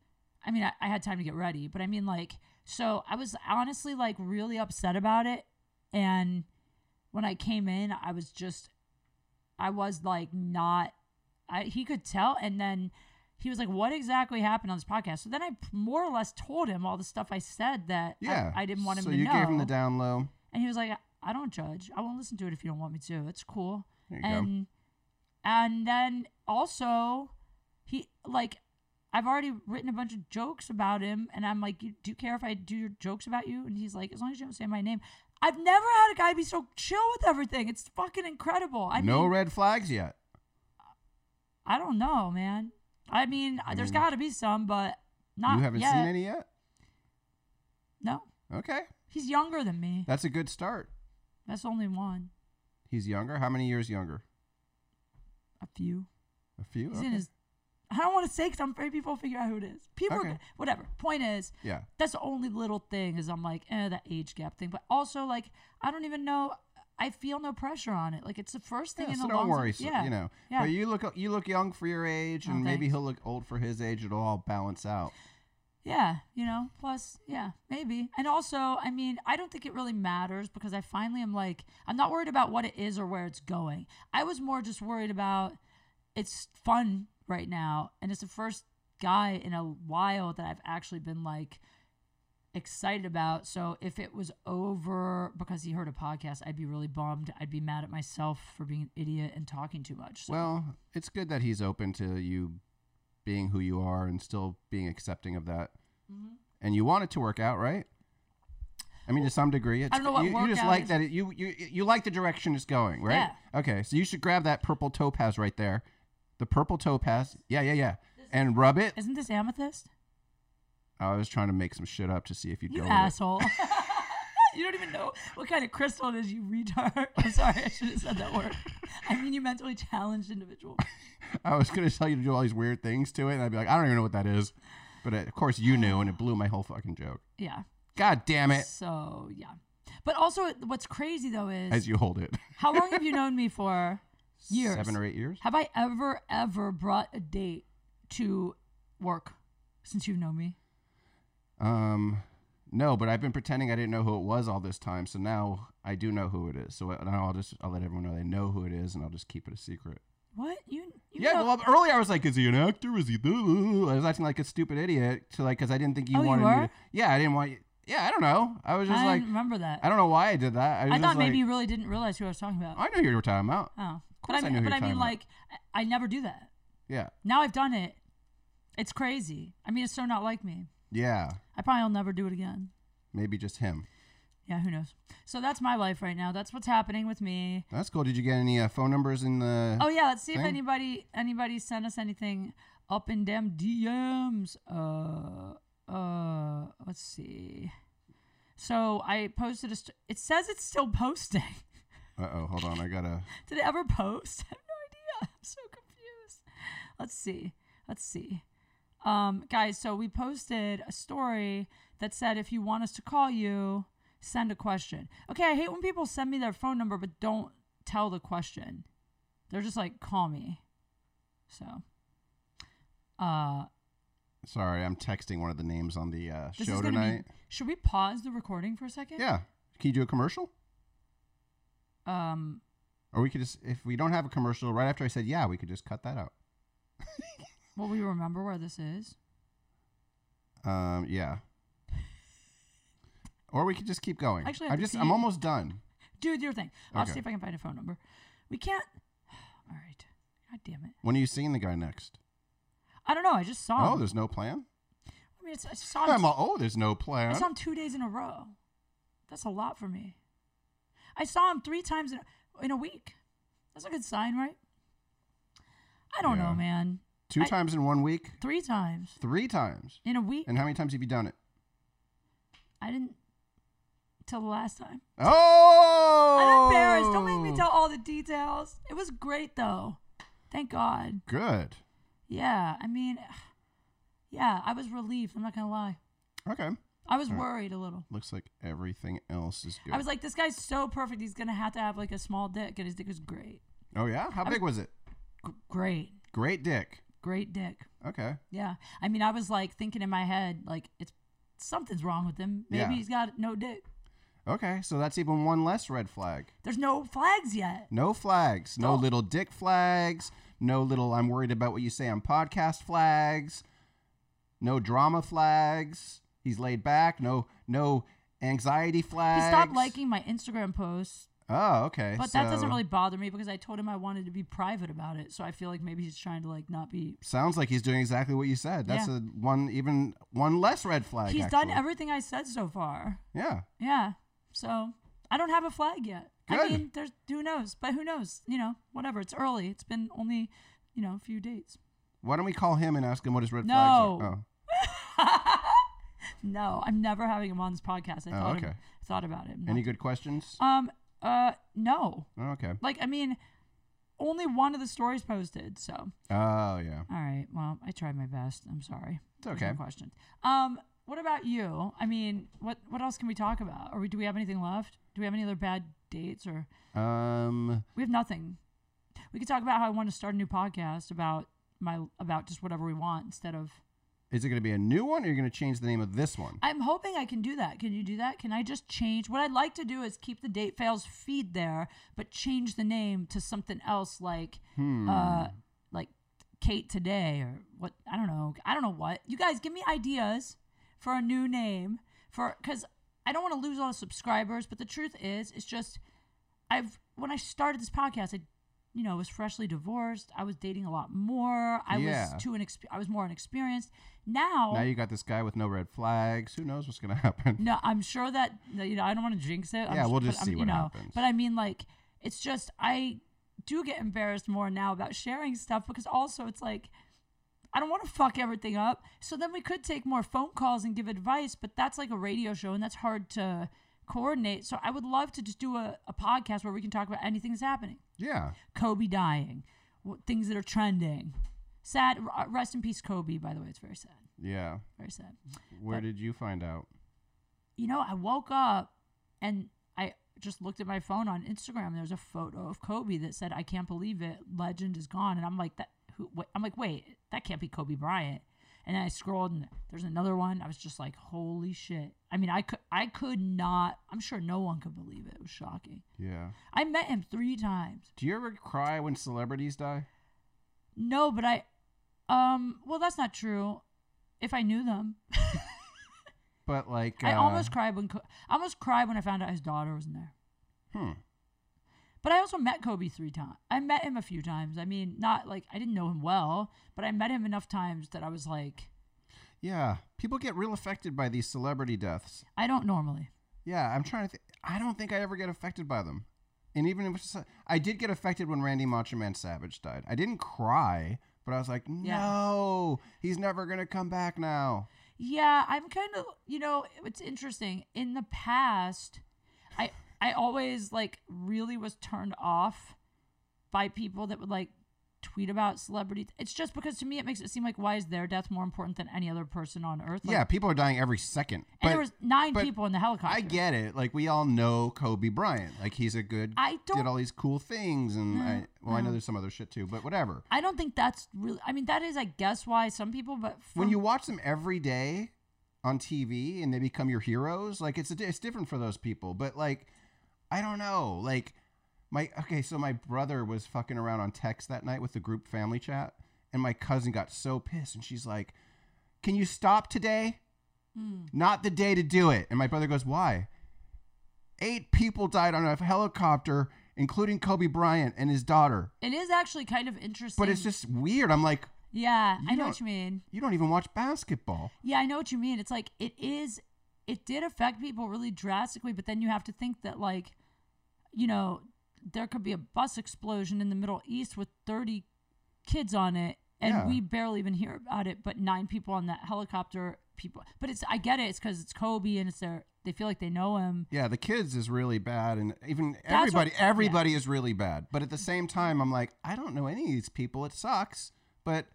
I mean, I, I had time to get ready, but I mean, like, so I was honestly like really upset about it. And when I came in, I was just, I was like not, I he could tell. And then he was like, "What exactly happened on this podcast?" So then I more or less told him all the stuff I said that I-
Yeah.
I, didn't want him
so
to
you
know.
gave him the down low.
And he was like, I don't judge. I won't listen to it if you don't want me to. It's cool.
There you go.
and and then also he like I've already written a bunch of jokes about him and I'm like, you, do you care if I do your jokes about you? And he's like, as long as you don't say my name. I've never had a guy be so chill with everything. It's fucking incredible. I
no
mean,
red flags yet.
I don't know, man. I mean,
I
there's
mean,
got to be some, but not
you haven't
yet.
seen any yet?
No,
Okay.
he's younger than me.
That's a good start.
That's only one.
He's younger. How many years younger?
A few.
A few?
He's
Okay.
in his. I don't want to say because I'm afraid people will figure out who it is. People, are
Okay.
g- whatever. Point is,
yeah.
that's the only little thing is I'm like, eh, that age gap thing. But also, like, I don't even know. I feel no pressure on it. Like, it's the first thing
yeah
in
so
the
don't
long.
worry. so-
yeah,
You know.
yeah.
But you look you look young for your age,
Oh,
and maybe
thanks.
he'll look old for his age. It'll all balance out.
Yeah, you know, plus, yeah, maybe. And also, I mean, I don't think it really matters because I finally am like, I'm not worried about what it is or where it's going. I was more just worried about it's fun right now. And it's the first guy in a while that I've actually been like excited about. So if it was over because he heard a podcast, I'd be really bummed. I'd be mad at myself for being an idiot and talking too much. So,
Well, it's good that he's open to you being who you are and still being accepting of that.
Mm-hmm.
And you want it to work out, right? I mean, to some degree, it's
I don't know what
you, you just
workout
like
is.
that it, you you you like the direction it's going, right? Okay, so you should grab that purple topaz right there, the purple topaz. Yeah, yeah, yeah, and rub it.
isn't this amethyst?
I was trying to make some shit up to see if you'd
You
go. with it.
asshole. you don't even know what kind of crystal it is, you retard. I'm sorry, I should have said that word. I mean, you mentally challenged individual.
I was gonna tell you to do all these weird things to it, and I'd be like, I don't even know what that is. But uh of course, you knew, and it blew my whole fucking joke.
Yeah.
God damn it!
So, yeah. But also, what's crazy though is
As you hold it,
how long have you known me for? Years.
seven or eight years.
Have I ever, ever brought a date to work since you've known me?
Um, no, but I've been pretending I didn't know who it was all this time, so now I do know who it is. So uh, now I'll just I'll let everyone know they know who it is, and I'll just keep it a secret.
What you? you
yeah,
know-
well, earlier I was like, is he an actor? Is he? the-" I was acting like a stupid idiot to like because I didn't think you
Oh, you
wanted
were?
me. To, yeah, I didn't want. You, yeah, I don't know. I was just
I
like,
didn't remember that.
I
I,
don't know why I did that. I, was just
thought maybe
like,
you really didn't realize who I was talking about.
I know you were talking about.
oh, but
course
I
I
mean,
knew who
but
you're
I
talking
mean,
about.
like, I I never do that.
Yeah,
Now I've done it. It's crazy. I mean, it's so not like me.
yeah,
I probably will never do it again.
maybe just him.
Yeah, who knows? So that's my life right now. That's what's happening with me.
That's cool. Did you get any uh, phone numbers in the?
Oh yeah, let's see if
Thing?
anybody anybody sent us anything up in them DMs. Uh, uh, let's see. So I posted a. St- it says it's still posting.
Uh oh, hold on. I gotta.
Did it ever post? I have no idea. I'm so confused. Let's see. Let's see. Um, guys, so we posted a story that said if you want us to call you, send a question. Okay, I hate when people send me their phone number but don't tell the question. They're just like, call me. So uh
Sorry, I'm texting one of the names on the uh,
this
show
is gonna
tonight.
be should we pause the recording for a second?
Yeah. Can you do a commercial?
Um
Or we could just, if we don't have a commercial, right after I said yeah, we could just cut that out.
will we remember where this is?
Um, yeah. Or we could just keep going.
Actually, I have
I'm
to
just,
pee.
I'm almost done.
Do your thing. I'll
Okay.
see if I can find a phone number. We can't all right. God damn it.
When are you seeing the guy next?
I don't know. I just saw
Oh,
him.
there's no plan.
I mean, it's, I saw him.
I'm all, oh, there's no
I
plan.
saw him two days in a row. That's a lot for me. I saw him three times in a, in a week. That's a good sign, right? I don't
Yeah.
know, man.
Two
I-
times in one week,
Three times
three times.
in a week.
And how many times have you done it?
I didn't till the last time.
Oh,
I'm embarrassed. Don't make me tell all the details. It was great though. Thank God.
Good.
Yeah. I mean, yeah. I was relieved. I'm not gonna lie.
Okay.
I was
All right.
worried a little.
Looks like everything else is good.
I was like, this guy's so perfect. He's gonna have to have like a small dick, and his dick was great.
oh yeah, how
was-
big was it?
G- great,
Great dick.
great dick.
Okay.
Yeah. I mean, I was like thinking in my head, like it's something's wrong with him. Maybe
Yeah.
he's got no dick.
Okay, so that's even one less red flag.
There's no flags yet.
No flags. No
Don't-
little dick flags. No little I'm worried about what you say on podcast flags. No drama flags. He's laid back. No no anxiety flags.
He stopped liking my Instagram posts,
Oh, okay.
but that doesn't
so-
really bother me because I told him I wanted to be private about it. So I feel like maybe he's trying to like not be.
Sounds like he's doing exactly what you said. That's
Yeah.
a one even one less red flag.
he's
actually.
done everything I said so far.
Yeah.
Yeah. So I don't have a flag yet. I
Good.
mean, there's who knows, but who knows? You know, whatever. It's early. It's been only, you know, a few dates.
Why don't we call him and ask him what his red flags
No.
are? Oh.
No, I'm never having him on this podcast. I
Oh,
thought
okay.
him, thought about it.
Oh. Any good questions?
Um. Uh. No.
Oh, okay.
Like, I mean, only one of the stories posted. So, all
Oh yeah.
right. Well, I tried my best. I'm sorry.
It's
There's
okay.
No questions. Um. What about you? I mean, what what else can we talk about? Or do we have anything left? Do we have any other bad dates? Or
Um
we have nothing. We could talk about how I want to start a new podcast about my about just whatever we want instead of
Is it going to be a new one, or you're going to change the name of this one?
I'm hoping I can do that. Can you do that? Can I just change? What I'd like to do is keep the date fails feed there, but change the name to something else like uh like Kate today or what I don't know. I don't know what. You guys give me ideas for a new name for cuz I don't want to lose all the subscribers, but the truth is it's just I've when I started this podcast, I you know, was freshly divorced. I was dating a lot more. I
Yeah.
was too inexp- I was more inexperienced. Now,
Now you got this guy with no red flags. Who knows what's going to happen?
no, I'm sure that that, you know I don't want to jinx it. I'm
Yeah,
su-
we'll just
but I'm-
see
you
what
know,
happens.
But I mean, like, it's just I do get embarrassed more now about sharing stuff because also it's like I don't want to fuck everything up. So then we could take more phone calls and give advice, but that's like a radio show and that's hard to coordinate. So I would love to just do a, a podcast where we can talk about anything that's happening.
Yeah.
Kobe dying, w- things that are trending. Sad. r- Rest in peace, Kobe. By the way, it's very sad.
Yeah.
Very sad.
Where did you find out?
you know, I woke up and I just looked at my phone on Instagram. There's a photo of Kobe that said, "I can't believe it, legend is gone." And I'm like, "That who?" Wait, I'm like, "Wait, that can't be Kobe Bryant." And then I scrolled, and there's another one. I was just like, "Holy shit!" I mean, I could, I could not. I'm sure no one could believe it. It was shocking.
Yeah.
I met him three times.
Do you ever cry when celebrities die?
No, but I, um, well, that's not true. If I knew them,
But like,
I
uh,
almost cried when Co- I almost cried when I found out his daughter was in there.
Hmm.
But I also met Kobe three times. I met him a few times. I mean, not like I didn't know him well, but I met him enough times that I was like,
Yeah. People get real affected by these celebrity deaths.
I don't normally.
Yeah, I'm trying to. Th- I don't think I ever get affected by them. And even if it's- I did get affected when Randy Macho Man Savage died, I didn't cry, but I was like,
Yeah.
no, he's never gonna come back now.
Yeah, I'm kind of, you know, it's interesting. In the past, I I always like really was turned off by people that would like tweet about celebrities. It's just because to me it makes it seem like why is their death more important than any other person on earth? Like,
yeah, people are dying every second.
And
But
there was nine
but
people in the helicopter.
I get it. Like we all know Kobe Bryant. Like he's a good.
I don't Mm-hmm. Mm.
did all these cool things, and I well, I know
no.
there's some other shit too, but whatever.
I don't think that's really I mean that is I guess why some people but
when
for
you watch them every day on TV and they become your heroes, like it's a, di- it's different for those people. But like, I don't know. Like my okay, so my brother was fucking around on text that night with the group family chat, and my cousin got so pissed, and she's like, "Can you stop today? Not the day to do it." And my brother goes, "Why?" Eight people died on a helicopter, including Kobe Bryant and his daughter.
It is actually kind of interesting.
But it's just weird. I'm like,
yeah,
you
I know
don't-
what you mean.
you don't even watch basketball.
Yeah, I know what you mean. It's like it is it did affect people really drastically, but then you have to think that like you know, there could be a bus explosion in the Middle East with 30 kids on it and
Yeah.
we barely even hear about it, but nine people on that helicopter people. But it's I get it. It's cuz it's Kobe and it's their they feel like they know him.
Yeah, the kids is really bad, and even
what-
everybody,
yeah.
everybody is really bad. But at the same time, I'm like, I don't know any of these people. It sucks, but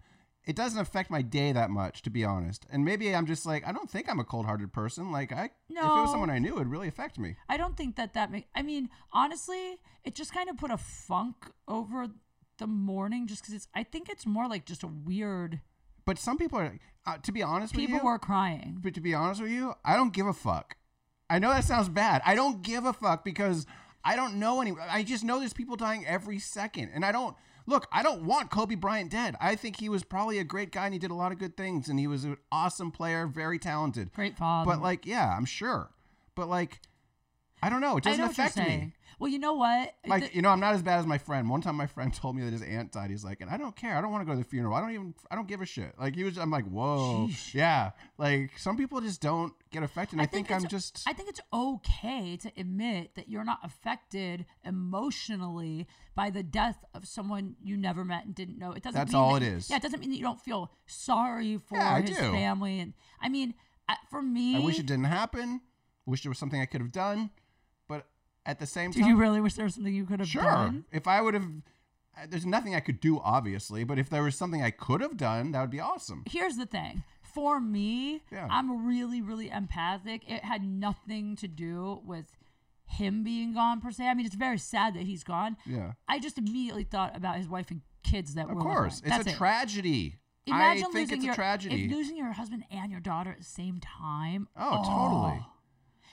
it doesn't affect my day that much, to be honest. And maybe I'm just like, I don't think I'm a cold-hearted person. Like, I if it was
No.
someone I knew, it'd really affect me.
I don't think that that make. I mean, honestly, it just kind of put a funk over the morning, just because it's. I think it's more like just a weird.
But some people are, uh, to be honest
People
with you,
were crying.
but to be honest with you, I don't give a fuck. I know that sounds bad. I don't give a fuck because I don't know any. I just know there's people dying every second, and I don't look. I don't want Kobe Bryant dead. I think he was probably a great guy and he did a lot of good things, and he was an awesome player, very talented.
Great father.
But like, yeah, I'm sure. But like, I don't know. It doesn't
I know what you're
affect me.
saying. Well, you know what?
Like,
The-
you know, I'm not as bad as my friend. One time, my friend told me that his aunt died. He's like, and I don't care. I don't want to go to the funeral. I don't even. I don't give a shit. Like he was. I'm like, whoa,
Sheesh.
yeah. Like some people just don't get affected. And I, think, I'm
it's-
just.
I think it's okay to admit that you're not affected emotionally by the death of someone you never met and didn't know. It doesn't.
That's
mean
all
that-
it is.
Yeah, it doesn't mean that you don't feel sorry for
Yeah, I
his
do.
family. And I mean, I- for me,
I wish it didn't happen. Wish there was something I could have done, but at the same
Did
time,
you really wish there was something you could have
sure.
done?
If I would have, uh, there's nothing I could do, obviously. But if there was something I could have done, that would be awesome.
Here's the thing. For me,
Yeah.
I'm really, really empathic. It had nothing to do with him being gone per se. I mean, it's very sad that he's gone.
Yeah,
I just immediately thought about his wife and kids that
of
were with
course,
him.
it's
That's
a
it.
tragedy.
Imagine
think
losing
it's a
your,
tragedy.
If losing your husband and your daughter at the same time.
Oh, totally.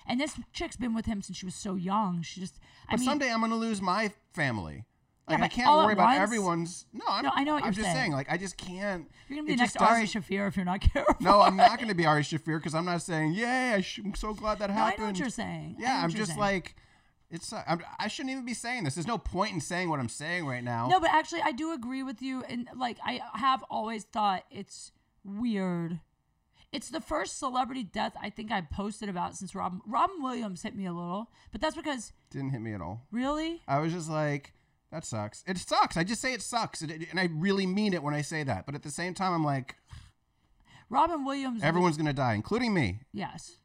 And this chick's been with him since she was so young. She just. I
But
mean,
someday I'm going to lose my family. Like
Yeah,
I
but
can't
all at
worry about
once?
everyone's. No, I'm,
No, I know what
I'm
you're
just
saying.
Like I just can't.
you're gonna be
it
the next
just
Ari
doesn't-
Shafir if you're not careful.
No, I'm not going to be Ari Shafir because I'm not saying, "Yay! I sh- I'm so glad that
No, I
happened."
know what you're saying. I know
Yeah,
what
I'm
you're
just
saying.
like, it's. uh, I'm, I shouldn't even be saying this. There's no point in saying what I'm saying right now.
No, but actually, I do agree with you. And like, I have always thought it's weird. It's the first celebrity death I think I posted about since Robin Robin Williams hit me a little, but that's because
Didn't hit me at all.
really,
I was just like, that sucks. It sucks. I just say it sucks, and, and I really mean it when I say that. But at the same time, I'm like,
Robin Williams.
everyone's gonna die, including me.
Yes,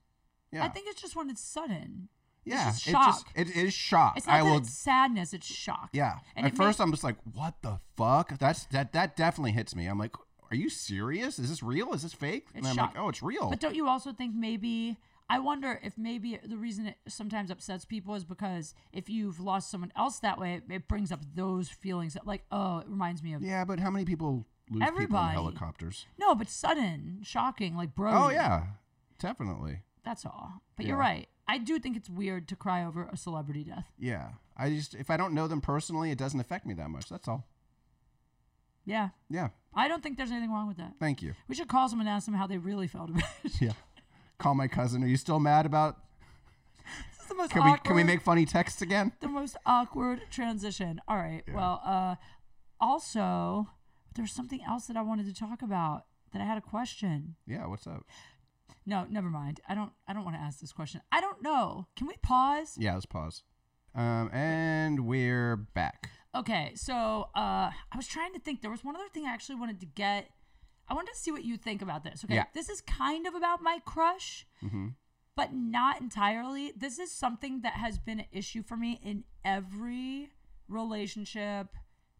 Yeah,
I think it's just when it's sudden.
yeah.
just
it
shock.
it is shock.
It's not
I
that
will.
it's sadness; it's shock.
Yeah.
And
at
it may-
first, I'm just like, what the fuck? That's that. That definitely hits me. I'm like, are you serious? Is this real? Is this fake? And
It's
I'm
shock.
like, oh, it's real.
But don't you also think maybe I wonder if maybe the reason it sometimes upsets people is because if you've lost someone else that way, it, it brings up those feelings that like, oh, it reminds me of
yeah, but how many people lose people in
Everybody.
helicopters?
no, but sudden, shocking, like bro.
Oh yeah, definitely.
that's all. But you're
Yeah.
right. I do think it's weird to cry over a celebrity death.
Yeah. I just if I don't know them personally, it doesn't affect me that much. That's all.
Yeah,
Yeah.
I don't think there's anything wrong with that.
Thank you.
We should call someone and ask them how they really felt about it.
Yeah. Call my cousin. Are you still mad about?
this is the most
Can
awkward.
we can we make funny texts again?
the most awkward transition. All right. Well, uh, also, there's something else that I wanted to talk about that I had a question.
Yeah. What's up?
No, never mind. I don't. I don't want to ask this question. I don't know. Can we pause?
Yeah. Let's pause. Um, and we're back.
Okay. So uh, I was trying to think. There was one other thing I actually wanted to get. I wanted to see what you think about this. Okay.
Yeah. Mm-hmm.
This is kind of about my crush. But not entirely. This is something that has been an issue for me in every relationship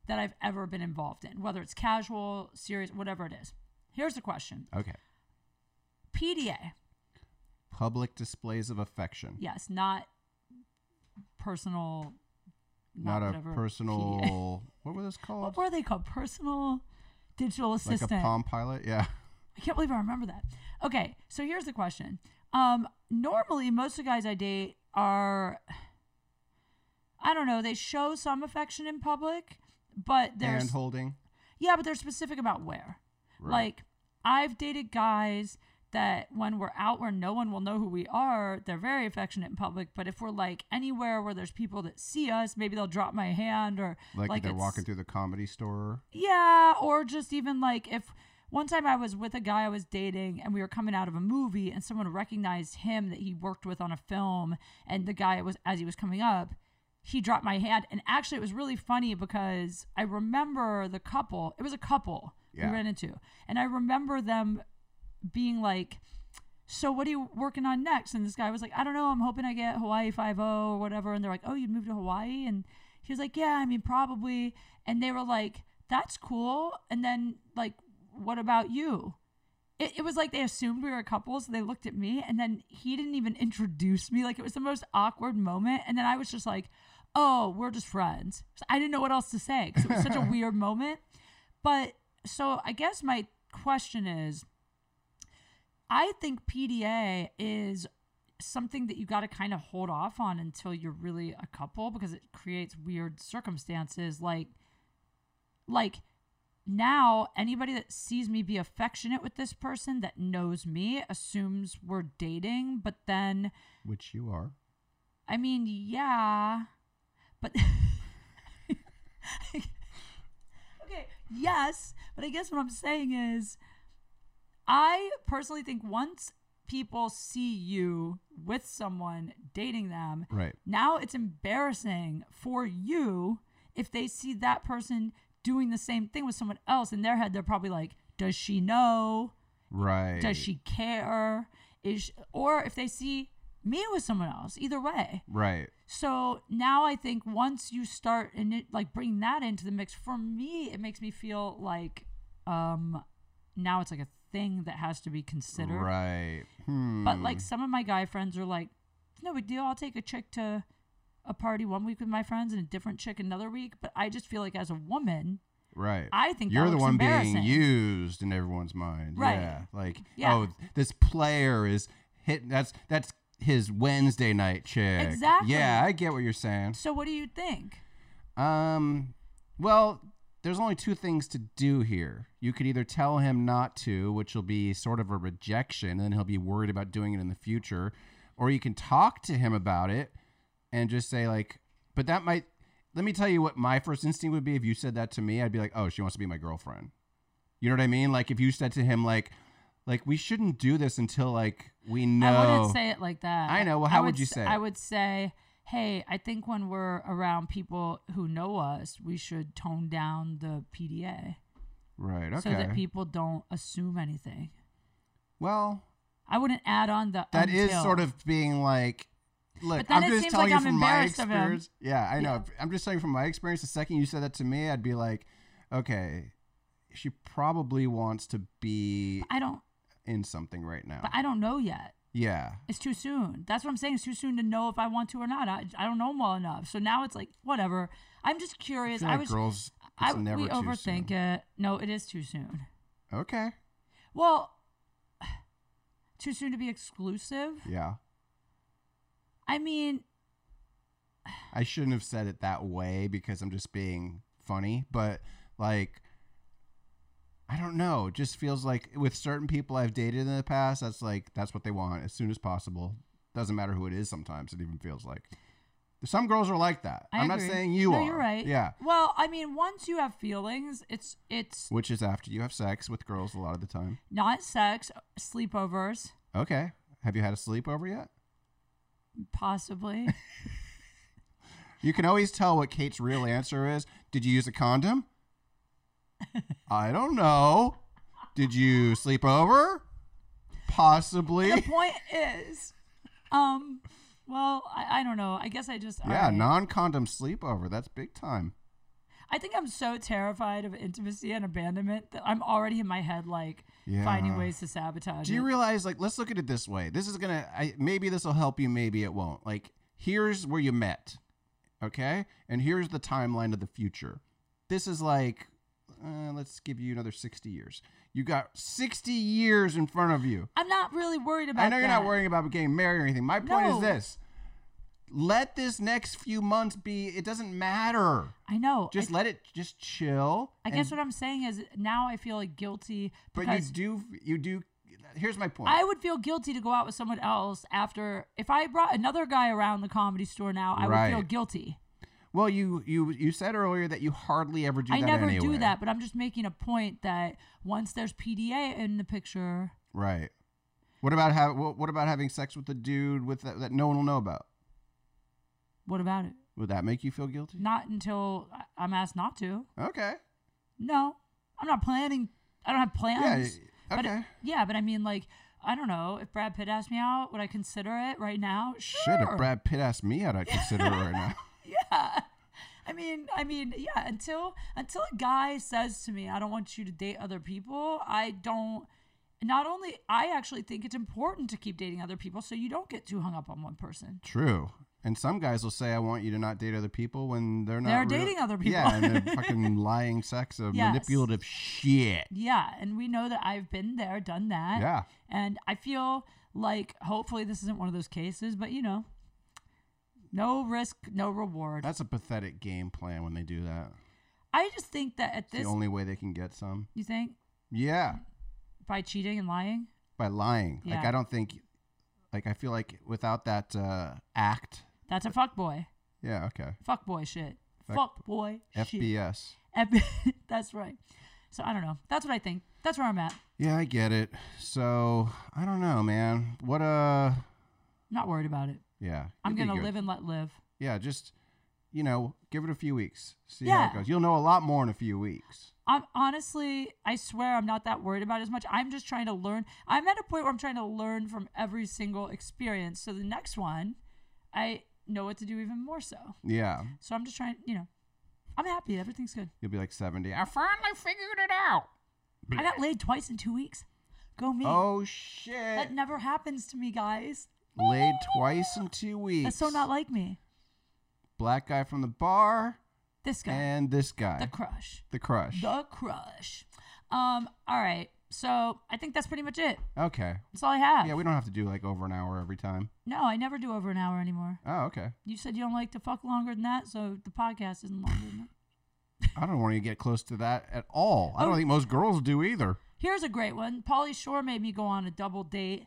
that I've ever been involved in, whether it's casual, serious, whatever it is. Here's the question
Okay.
PDA,
Public displays of affection.
yes, not personal,
not, a
whatever,
personal.
PDA.
What were those called?
What were they called? Personal digital
like
assistant.
a Palm Pilot. Yeah.
I can't believe I remember that. Okay, so here's the question. Um, normally, most of the guys I date are, I don't know, they show some affection in public, but there's
Hand holding.
yeah, but they're specific about where. Like, I've dated guys that when we're out where no one will know who we are, they're very affectionate in public. But if we're like anywhere where there's people that see us, maybe they'll drop my hand or
like, if they're
it's-
walking through the comedy store.
yeah, or just even like if one time I was with a guy I was dating and we were coming out of a movie and someone recognized him that he worked with on a film and the guy was as he was coming up, he dropped my hand and actually it was really funny because I remember the couple, it was a couple
Yeah.
we ran into. And I remember them being like so what are you working on next? And this guy was like, I don't know. I'm hoping I get Hawaii Five O or whatever. And they're like, Oh, you'd move to Hawaii? And he was like, Yeah, I mean, probably. And they were like, That's cool. And then like, what about you? It, it was like they assumed we were a couple, so they looked at me, and then he didn't even introduce me. Like it was the most awkward moment, and then I was just like, "Oh, we're just friends." So I didn't know what else to say because it was such a weird moment. But so I guess my question is, I think PDA is something that you got to kind of hold off on until you're really a couple because it creates weird circumstances like like now anybody that sees me be affectionate with this person that knows me assumes we're dating but then
Which you are.
I mean, yeah, but okay, yes, but I guess what I'm saying is, I personally think once people see you with someone dating them,
Right.
now it's embarrassing for you if they see that person doing the same thing with someone else. In their head, they're probably like, "Does she know?
Right.
Does she care?" Is she, or if they see me with someone else, either way.
Right.
So now I think once you start and it, like bring that into the mix, for me it makes me feel like um now it's like a thing that has to be considered.
Right. Hmm.
But like some of my guy friends are like, no big deal. I'll take a chick to a party one week with my friends and a different chick another week. But I just feel like as a woman,
Right.
I think that
You're the
looks
one being
embarrassing.
used in everyone's mind.
Right.
Yeah. Like,
Yeah.
oh, this player is hit. That's that's his Wednesday night chick.
Exactly.
Yeah, I get what you're saying.
So what do you think?
Um, well, there's only two things to do here. You could either tell him not to, which will be sort of a rejection, and then he'll be worried about doing it in the future, or you can talk to him about it and just say like, but that might. Let me tell you what my first instinct would be if you said that to me. I'd be like, oh, she wants to be my girlfriend. You know what I mean? Like if you said to him like, like we shouldn't do this until like we know.
I wouldn't say it like that.
I know. Well,
I
how would you
s-
say
I
it?
would say, hey, I think when we're around people who know us, we should tone down the PDA
right. Okay.
so that people don't assume anything.
well,
I wouldn't add on the
That is
until.
sort of being like, look,
But then
I'm
it
just
seems
telling
like
you
I'm
from my
embarrassed of him.
experience. Yeah, I know. I'm just telling you from my experience. The second you said that to me, I'd be like, okay, she probably wants to be
I don't.
in something right now.
But I don't know yet.
yeah,
It's too soon. That's what I'm saying. It's too soon to know if I want to or not. I, I don't know them well enough. So now it's like whatever. I'm just
I
curious.
feel
I
like
was.
girls.
I
it's never
we
too
overthink
soon.
it. No, it is too soon.
Okay.
Well, too soon to be exclusive.
Yeah,
I mean,
I shouldn't have said it that way because I'm just being funny. But like, I don't know. It just feels like with certain people I've dated in the past, that's like that's what they want as soon as possible. Doesn't matter who it is. Sometimes it even feels like some girls are like that.
I
am
agree.
not saying you
no,
are.
You're right.
Yeah.
Well, I mean, once you have feelings, it's it's
Which is after you have sex with girls a lot of the time.
not sex, sleepovers,
Okay. Have you had a sleepover yet?
possibly.
You can always tell what Kate's real answer is. Did you use a condom? I don't know. Did you sleep over?
the
Possibly.
point is, um, well, I, I don't know. I guess I just
Yeah,
alright.
non condom sleepover. That's big time.
I think I'm so terrified of intimacy and abandonment that I'm already in my head like
Yeah.
finding ways to sabotage.
Do you
it.
realize, like, let's look at it this way. This is gonna, I, maybe this will help you, maybe it won't. Like, here's where you met, okay? And here's the timeline of the future. This is like, uh, let's give you another 60 years. You got 60 years in front of you.
I'm not really worried about.
I know you're not
that.
worrying about getting married or anything. My point
No.
is this: let this next few months be. It doesn't matter.
I know.
Just let it just chill.
I, I
and-
guess what I'm saying is now I feel like guilty
But you
because
do. You do. Here's my point.
I would feel guilty to go out with someone else after if I brought another guy around the comedy store now, I would feel
Right.
guilty.
well, you you you said earlier that you hardly ever do
I
that.
never
anyway.
do that, but I'm just making a point that once there's PDA in the picture,
Right. What about have what, what about having sex with a dude with that, that no one will know about?
what about it?
Would that make you feel guilty?
Not until I- I'm asked not to.
Okay.
No, I'm not planning. I don't have
Yeah.
plans.
okay.
But yeah, but I mean, like, I don't know. If Brad Pitt asked me out, would I consider it right now? Sure.
Shit! If Brad Pitt asked me out, I'd consider it right now.
Yeah. I mean, I mean, yeah. Until until a guy says to me, "I don't want you to date other people," I don't. Not only I actually think it's important to keep dating other people, so you don't get too hung up on one person.
True. And some guys will say, "I want you to not date other people" when they're not.
They're
real-
dating other people.
Yeah, and they're fucking lying, sex, of
Yes.
manipulative shit.
Yeah, and we know that I've been there, done that.
Yeah.
And I feel like hopefully this isn't one of those cases, but you know, no risk, no reward.
That's a pathetic game plan when they do that.
I just think that at
It's
this,
the only way they can get some.
you think
Yeah,
by cheating and lying?
by lying. Like
Yeah.
I don't think, like I feel like without that uh, act.
That's a fuck boy.
Yeah. Okay.
Fuck boy shit.
Fuck-
Fuck boy shit.
FBS.
F- That's right. So I don't know. That's what I think. That's where I'm at.
Yeah, I get it. So I don't know, man. What uh?
Not worried about it.
Yeah.
I'm
you'll be
gonna
good.
live and let live.
Yeah, just you know, give it a few weeks. See how
Yeah.
it goes. You'll know a lot more in a few weeks.
I'm honestly, I swear, I'm not that worried about it as much. I'm just trying to learn. I'm at a point where I'm trying to learn from every single experience. So the next one, I know what to do even more so.
Yeah.
So I'm just trying. You know, I'm happy. Everything's good.
You'll be like 70. I f-
finally figured it out.
I got laid twice in two weeks. Go me.
oh, shit.
That never happens to me, guys.
Laid twice in two weeks.
That's so not like me.
Black guy from the bar.
This guy,
and this guy,
the crush,
The Crush.
the crush. Um, all right. So I think that's pretty much it.
okay.
That's all I have.
Yeah, we don't have to do like over an hour every time.
no, I never do over an hour anymore.
Oh, okay.
You said you don't like to fuck longer than that, so the podcast isn't longer than that.
I don't want to get close to that at all. I don't
Oh.
think most girls do either.
Here's a great one. Pauly Shore made me go on a double date.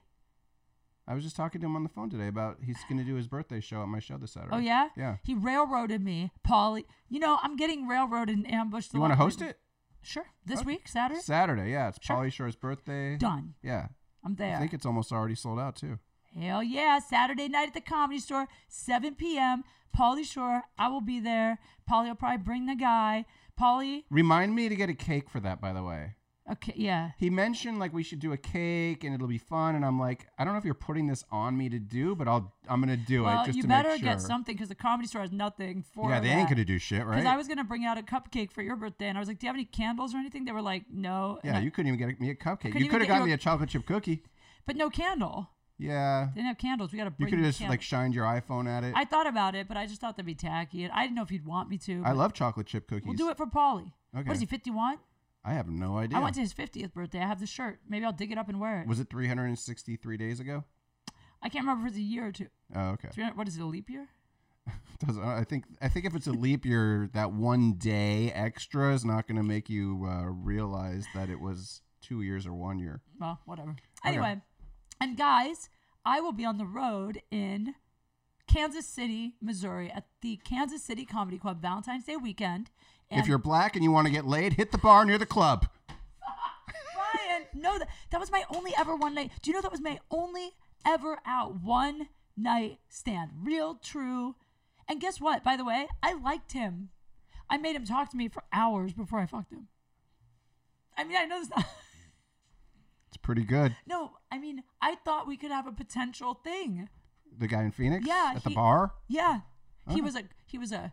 I was just talking to him on the phone today about he's going to do his birthday show at my show this Saturday.
Oh yeah?
Yeah.
He railroaded me, Pauly. You know, I'm getting railroaded and ambushed.
You want to host it?
Sure. This
Okay.
week, Saturday?
Saturday, yeah. It's
Sure.
Polly Shore's birthday.
Done.
Yeah.
I'm there.
I think it's almost already sold out too.
Hell yeah. Saturday night at the comedy store, 7 p.m. Polly Shore. I will be there. Polly will probably bring the guy. Polly.
Remind me to get a cake for that, by the way.
Okay, yeah.
He mentioned like we should do a cake and it'll be fun, and I'm like, I don't know if you're putting this on me to do, but I'll I'm gonna do
well,
it just
you
to
better
make sure.
get something because the comedy store has nothing for
yeah, they ain't
that.
gonna do shit, right?
Because I was gonna bring out a cupcake for your birthday, and I was like, "Do you have any candles or anything?" They were like, "No." And
yeah,
I-
you couldn't even get me a cupcake.
Couldn't
You
even
could have
get you
gotten
a-
me a chocolate chip cookie.
but no candle.
Yeah,
They didn't have candles. We gotta
you
bring.
could have just like
candles.
shined your iPhone at it.
I thought about it, but I just thought that'd be tacky, and I didn't know if you'd want me to.
I
but
love chocolate chip cookies.
We'll do it for Paulie.
Okay.
What is he? Fifty-one.
I have no idea.
I went to his fiftieth birthday. I have the shirt. Maybe I'll dig it up and wear it.
was it 363 days ago?
I can't remember if it's a year or two.
Oh, okay.
300 What is it? A leap year?
Does, I think I think if it's a leap year, that one day extra is not going to make you uh, realize that it was two years or one year.
Well, whatever.
Okay.
Anyway, and guys, I will be on the road in Kansas City, Missouri, at the Kansas City Comedy Club Valentine's Day weekend. And
if you're black and you want to get laid, hit the bar near the club.
Brian, no, that, that was my only ever one night. Do you know that was my only ever out one night stand? Real, true. And guess what? By the way, I liked him. I made him talk to me for hours before I fucked him. I mean, I know this.
It's pretty good.
No, I mean, I thought we could have a potential thing.
The guy in Phoenix
Yeah,
at the
he-
bar.
Yeah, he was a he was a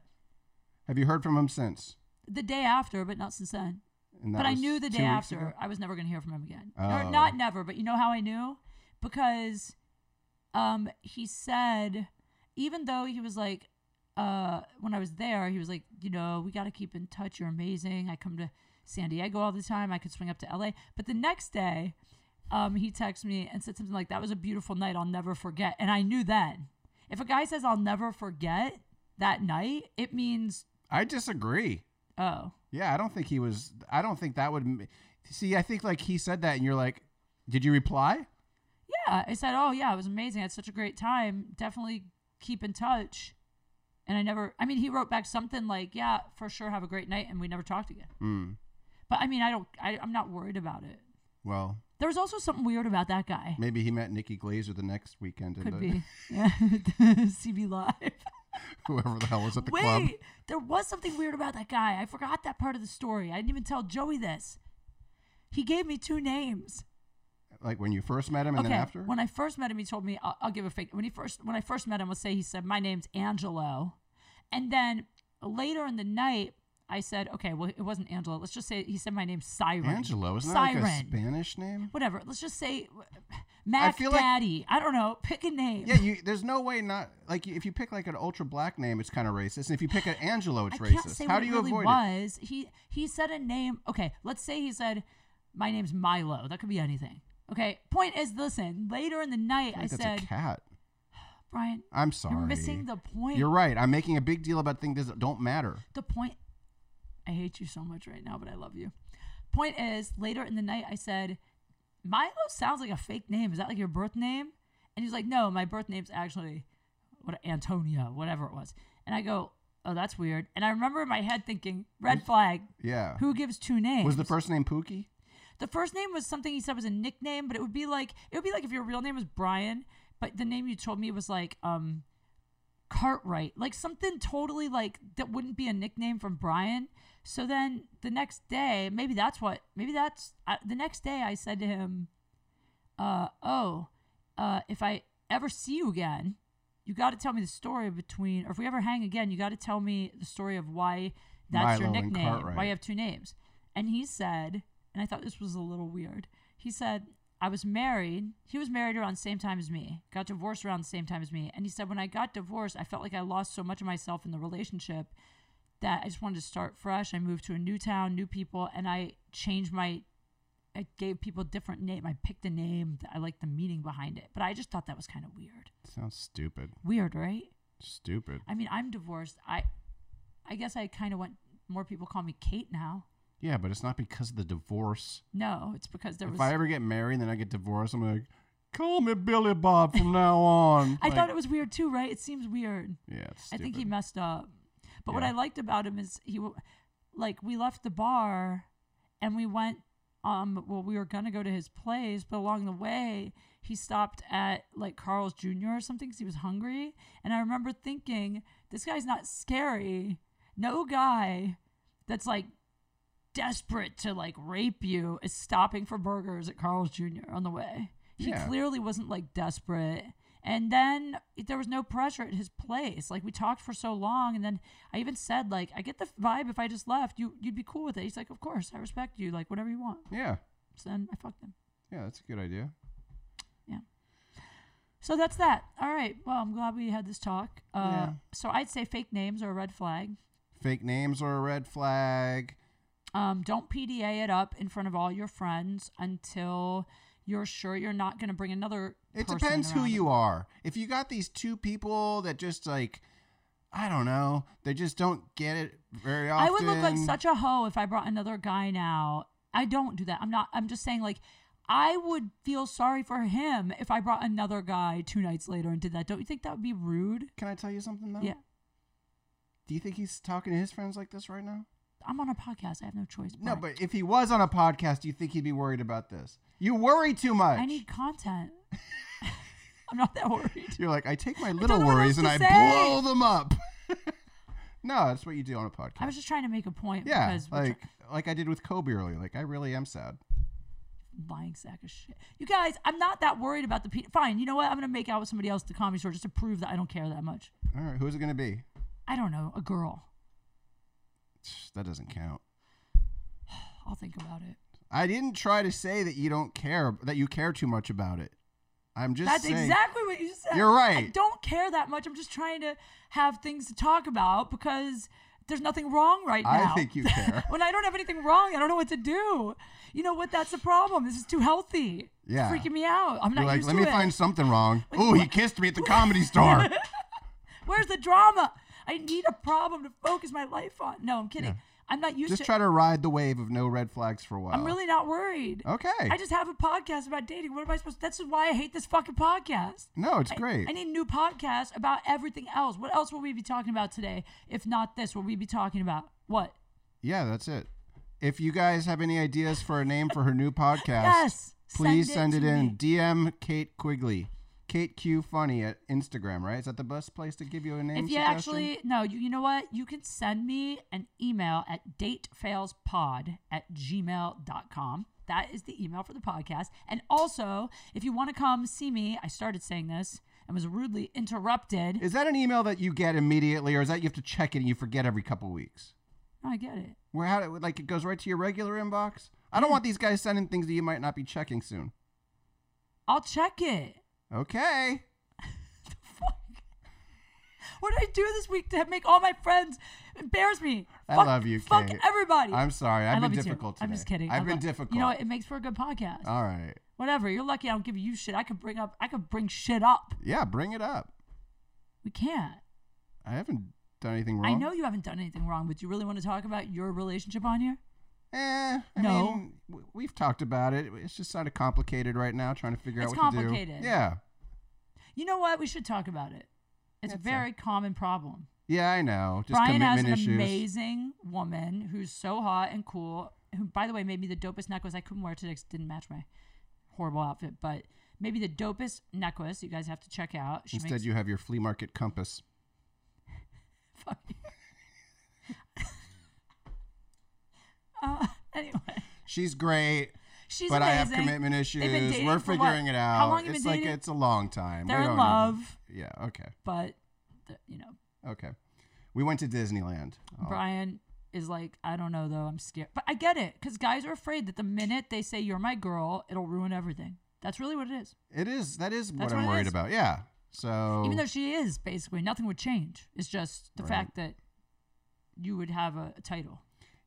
Have you heard from him since?
the day after, but not since then.
And that
but I
was
knew the
two
day
weeks
after
ago?
I was never going to hear from him again.
Oh.
Or not never, but you know how I knew? Because um he said even though he was like uh when I was there, he was like, you know, we got to keep in touch. You're amazing. I come to San Diego all the time. I could swing up to LA. But the next day, um he texted me and said something like that was a beautiful night I'll never forget. And I knew then. If a guy says I'll never forget that night, it means
I disagree.
oh.
Yeah, I don't think he was. I don't think that would. m- See, I think like he said that, and you're like, did you reply?
Yeah, I said, "Oh yeah, it was amazing. I had such a great time. Definitely keep in touch." And I never. I mean, he wrote back something like, "Yeah, for sure. Have a great night," and we never talked again.
Mm.
But I mean, I don't. I, I'm not worried about it.
Well,
There was also something weird about that guy.
maybe he met Nikki Glazer the next weekend. uh, in
Could
the,
be. Yeah, CB Live.
Whoever the hell was at the
Wait,
club.
there was something weird about that guy. I forgot that part of the story. I didn't even tell Joey this. He gave me two names.
Like when you first met him and then after?
When I first met him, he told me I'll, I'll give a fake. When he first when I first met him, let's say he said my name's Angelo, and then later in the night I said okay, well it wasn't Angelo. Let's just say he said my name's Siren.
Angelo, isn't that
Siren.
like a Spanish name?
Whatever. Let's just say Mac
feel like-
Daddy. I don't know. Pick a name.
Yeah, you, there's no way not like if you pick like an ultra black name, it's kind of racist, and if you pick an Angelo, it's
I
racist.
can't say
How
what
do
it
you
really
avoid it?
was. He he said a name. Okay, let's say he said my name's Milo. That could be anything. Okay. Point is, listen. Later in the night,
I
I,
think that's a
said,
cat.
Brian,
I'm sorry.
you're missing the point.
You're right. I'm making a big deal about things that don't matter.
the point I hate you so much right now, but I love you. Point is, later in the night I said, Milo sounds like a fake name. Is that like your birth name? And he's like, No, my birth name's actually what Antonio, whatever it was. And I go, Oh, that's weird. And I remember in my head thinking, Red flag,
Yeah.
who gives two names?
was the first name Pookie?
The first name was something he said was a nickname, but it would be like it would be like if your real name was Brian, but the name you told me was like um Cartwright, like something totally like that wouldn't be a nickname from Brian. So then the next day, maybe that's what maybe that's I, the next day I said to him, uh oh, uh if I ever see you again, you got to tell me the story between or if we ever hang again, you got to tell me the story of why that's your
Milo and
nickname, why
Cartwright.
you have two names. And he said, and I thought this was a little weird. He said, I was married. He was married around the same time as me, got divorced around the same time as me. And he said, when I got divorced, I felt like I lost so much of myself in the relationship that I just wanted to start fresh. I moved to a new town, new people, and I changed my I gave people a different name. I picked a name. that I liked the meaning behind it. But I just thought that was kind of weird.
Sounds stupid.
Weird, right?
Stupid.
I mean, I'm divorced. I I guess I kind of want more people call me Kate now.
Yeah, but it's not because of the divorce.
No, it's because there
if
was
I
I,
ever get married and then I get divorced, I'm like, call me Billy Bob from now on.
thought it was weird too, right? It seems weird.
Yeah, it's
I think he
stupid.
messed up. But what
Yeah.
I liked about him is he, w- like, we left the bar, and we went. Um, well, we were gonna go to his place, but along the way, he stopped at like Carl's Jr. or something because he was hungry. And I remember thinking, this guy's not scary. No guy that's like desperate to like rape you is stopping for burgers at Carl's Jr. on the way. He
Yeah.
clearly wasn't like desperate. And then there was no pressure at his place. Like we talked for so long, and then I even said like I get the vibe if I just left, you you'd be cool with it. He's like, of course, I respect you. Like whatever you want.
Yeah,
So then I fucked him.
yeah, that's a good idea.
So that's that. All right. Well, I'm glad we had this talk. Uh,
Yeah.
So I'd say fake names are a red flag.
Fake names are a red flag.
Um, don't PDA it up in front of all your friends until you're sure you're not going to bring another.
It
person
depends who
around.
you are. If you got these two people that just like, I don't know, they just don't get it very often.
I would look like such a hoe if I brought another guy now. I don't do that. I'm not. I'm just saying like. I would feel sorry for him if I brought another guy two nights later and did that. Don't you think that would be rude?
Can I tell you something though?
Yeah.
Do you think he's talking to his friends like this right now?
I'm on a podcast. I have no choice.
No,
Brian.
but if he was on a podcast, do you think he'd be worried about this? You worry too much.
I need content. I'm not that worried.
You're like, I take my little
know what
worries
else
and
to
I
say.
blow them up. no, that's what you do on a podcast.
I was just trying to make a point
yeah,
because we're
like like I did with Kobe earlier. Like I really am sad.
lying sack of shit. You guys, I'm not that worried about the pe- fine. You know what? I'm gonna make out with somebody else at the comedy store just to prove that I don't care that much.
All right, who's it gonna be?
I don't know, a girl.
That doesn't count.
I'll think about it.
I didn't try to say that you don't care that you care too much about it. I'm just
That's
saying
exactly what you said.
You're
I
right.
don't care that much. I'm just trying to have things to talk about because there's nothing wrong right
I
now.
think you care.
when I don't have anything wrong, I don't know what to do. You know what? That's the problem. This is too healthy.
Yeah.
It's freaking me out. I'm
You're
not
like,
used
let
to
me
it.
find something wrong. Oh, he kissed me at the comedy store.
Where's the drama? I need a problem to focus my life on. No, I'm kidding. I'm not used
Just
to
try to ride the wave of no red flags for a while.
I'm really not worried.
okay.
I just have a podcast about dating. What am I supposed to? That's why I hate this fucking podcast.
no, it's great.
I need new podcasts about everything else. What else will we be talking about today? If not this, will we be talking about what?
yeah, that's it. If you guys have any ideas for a name for her new podcast,
Yes.
please send it,
to
in.
me.
DM Kate Quigley, Kate Q Funny at Instagram. Right? Is that the best place to give you a name?
If you
suggestion?
actually no, you you know what? You can send me an email at datefailspod at gmail.com. That is the email for the podcast. And also, if you want to come see me, I started saying this and was rudely interrupted.
Is that an email that you get immediately, or is that you have to check it and you forget every couple weeks?
No, I get it.
Where how do- like it goes right to your regular inbox? I
Mm.
don't want these guys sending things that you might not be checking soon.
I'll check it.
Okay.
Fuck. What did I do this week to make all my friends embarrass me?
I
Fuck-
love you,
Fuck
Kate.
everybody.
I'm sorry. I've
I love
been
you too.
difficult today.
I'm just kidding.
I've
I
been
love-
difficult. Uh,
You know, what? it makes for a good podcast.
All right.
Whatever. You're lucky I don't give you shit. I could bring up. I could bring shit up.
Yeah, bring it up.
We can't.
I haven't done anything wrong.
I know you haven't done anything wrong, but do you really want to talk about your relationship on here?
Eh, I
No.
mean, w- we've talked about it. It's just sort of complicated right now, trying to figure
It's
out what to
complicated.
do. Yeah.
You know what? We should talk about it. It's a
That's a-
very common problem.
Yeah, I know. Just
Brian has
commitment
an
issues.
amazing woman who's so hot and cool. Who, by the way, made me the dopest necklace I couldn't wear today. 'cause it didn't match my horrible outfit, but maybe the dopest necklace. You guys have to check out. She
Instead,
makes
you have your flea market compass.
fuck you. uh, anyway,
She's great,
she's
but I have
amazing.
commitment issues.
been dating
We're
for what?
figuring it out.
How long you been
it's like
dating?
it's a long time. We
They're in
don't
love,
even- yeah. Okay.
but the, you know,
Okay. We went to Disneyland. Oh,
Brian is like, I don't know though. I'm scared, but I get it because guys are afraid that the minute they say you're my girl, it'll ruin everything. That's really what it is.
It is. That is what
That's
I'm
what it
worried
is.
about. Yeah. So
Even though she is basically nothing would change. It's just the
Right.
fact that you would have a title.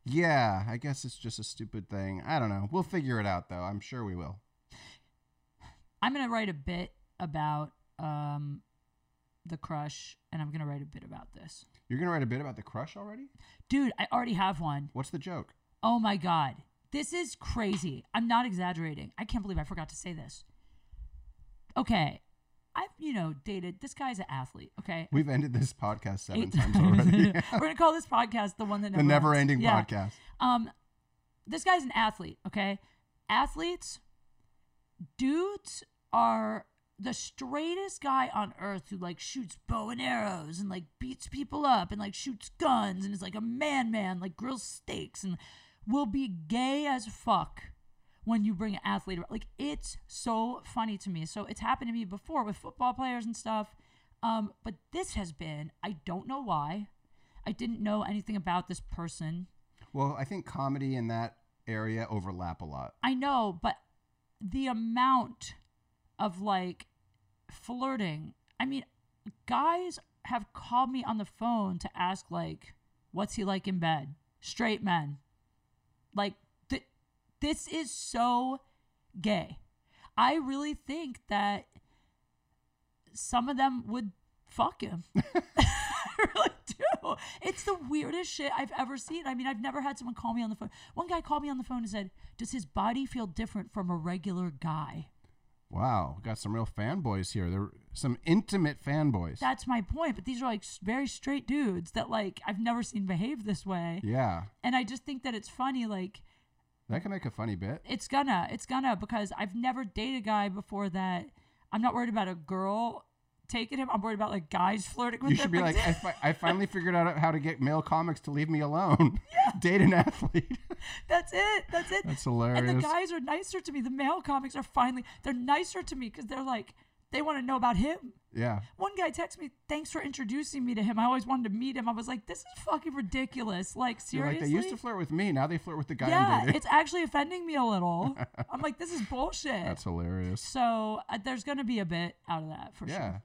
Yeah, I guess it's just a stupid thing. I don't know. We'll figure it out though. I'm sure we will.
I'm gonna write a bit about um, the crush, and I'm gonna write a bit about this.
You're gonna write a bit about the crush already?
Dude, I already have one.
What's the joke?
Oh my god, this is crazy. I'm not exaggerating. I can't believe I forgot to say this. Okay, I've you know dated this guy's an athlete. Okay,
We've ended this podcast seven
Eight
times
times.
already.
We're gonna call this podcast the one that never
the never
ends.
ending
Yeah.
podcast.
Um, this guy's an athlete. Okay, athletes, dudes are the straightest guy on earth who like shoots bow and arrows and like beats people up and like shoots guns and is like a man man like grills steaks and will be gay as fuck when you bring an athlete around. like it's so funny to me so it's happened to me before with football players and stuff um but this has been i don't know why i didn't know anything about this person
Well, I think comedy in that area overlap a lot.
I know, but the amount of like flirting. I mean, guys have called me on the phone to ask like, "What's he like in bed?" Straight men. Like th- this is so gay. I really think that some of them would fuck him. I really do. It's the weirdest shit I've ever seen. I mean, I've never had someone call me on the phone. One guy called me on the phone and said, "Does his body feel different from a regular guy?"
Wow, we got some real fanboys here. There some intimate fanboys.
That's my point. But these are like s- very straight dudes that like I've never seen behave this way,
yeah.
and I just think that it's funny. Like
That can make a funny bit.
it's gonna, it's gonna because I've never dated a guy before that. I'm not worried about a girl taking him. I'm worried about like guys flirting with
You
him.
should be like, I, fi- I finally figured out how to get male comics to leave me alone. Date an athlete.
that's it. That's it.
That's hilarious.
And the guys are nicer to me. The male comics are finally they're nicer to me because they're like they want to know about him.
yeah.
One guy texted me, "Thanks for introducing me to him. I always wanted to meet him." I was like, "This is fucking ridiculous." Like
You're
seriously.
like, they used to flirt with me. Now they flirt with the guy I'm
yeah,
dating.
it's actually offending me a little. I'm like, "This is bullshit."
That's hilarious.
so uh, there's gonna be a bit out of that for
Yeah.
sure.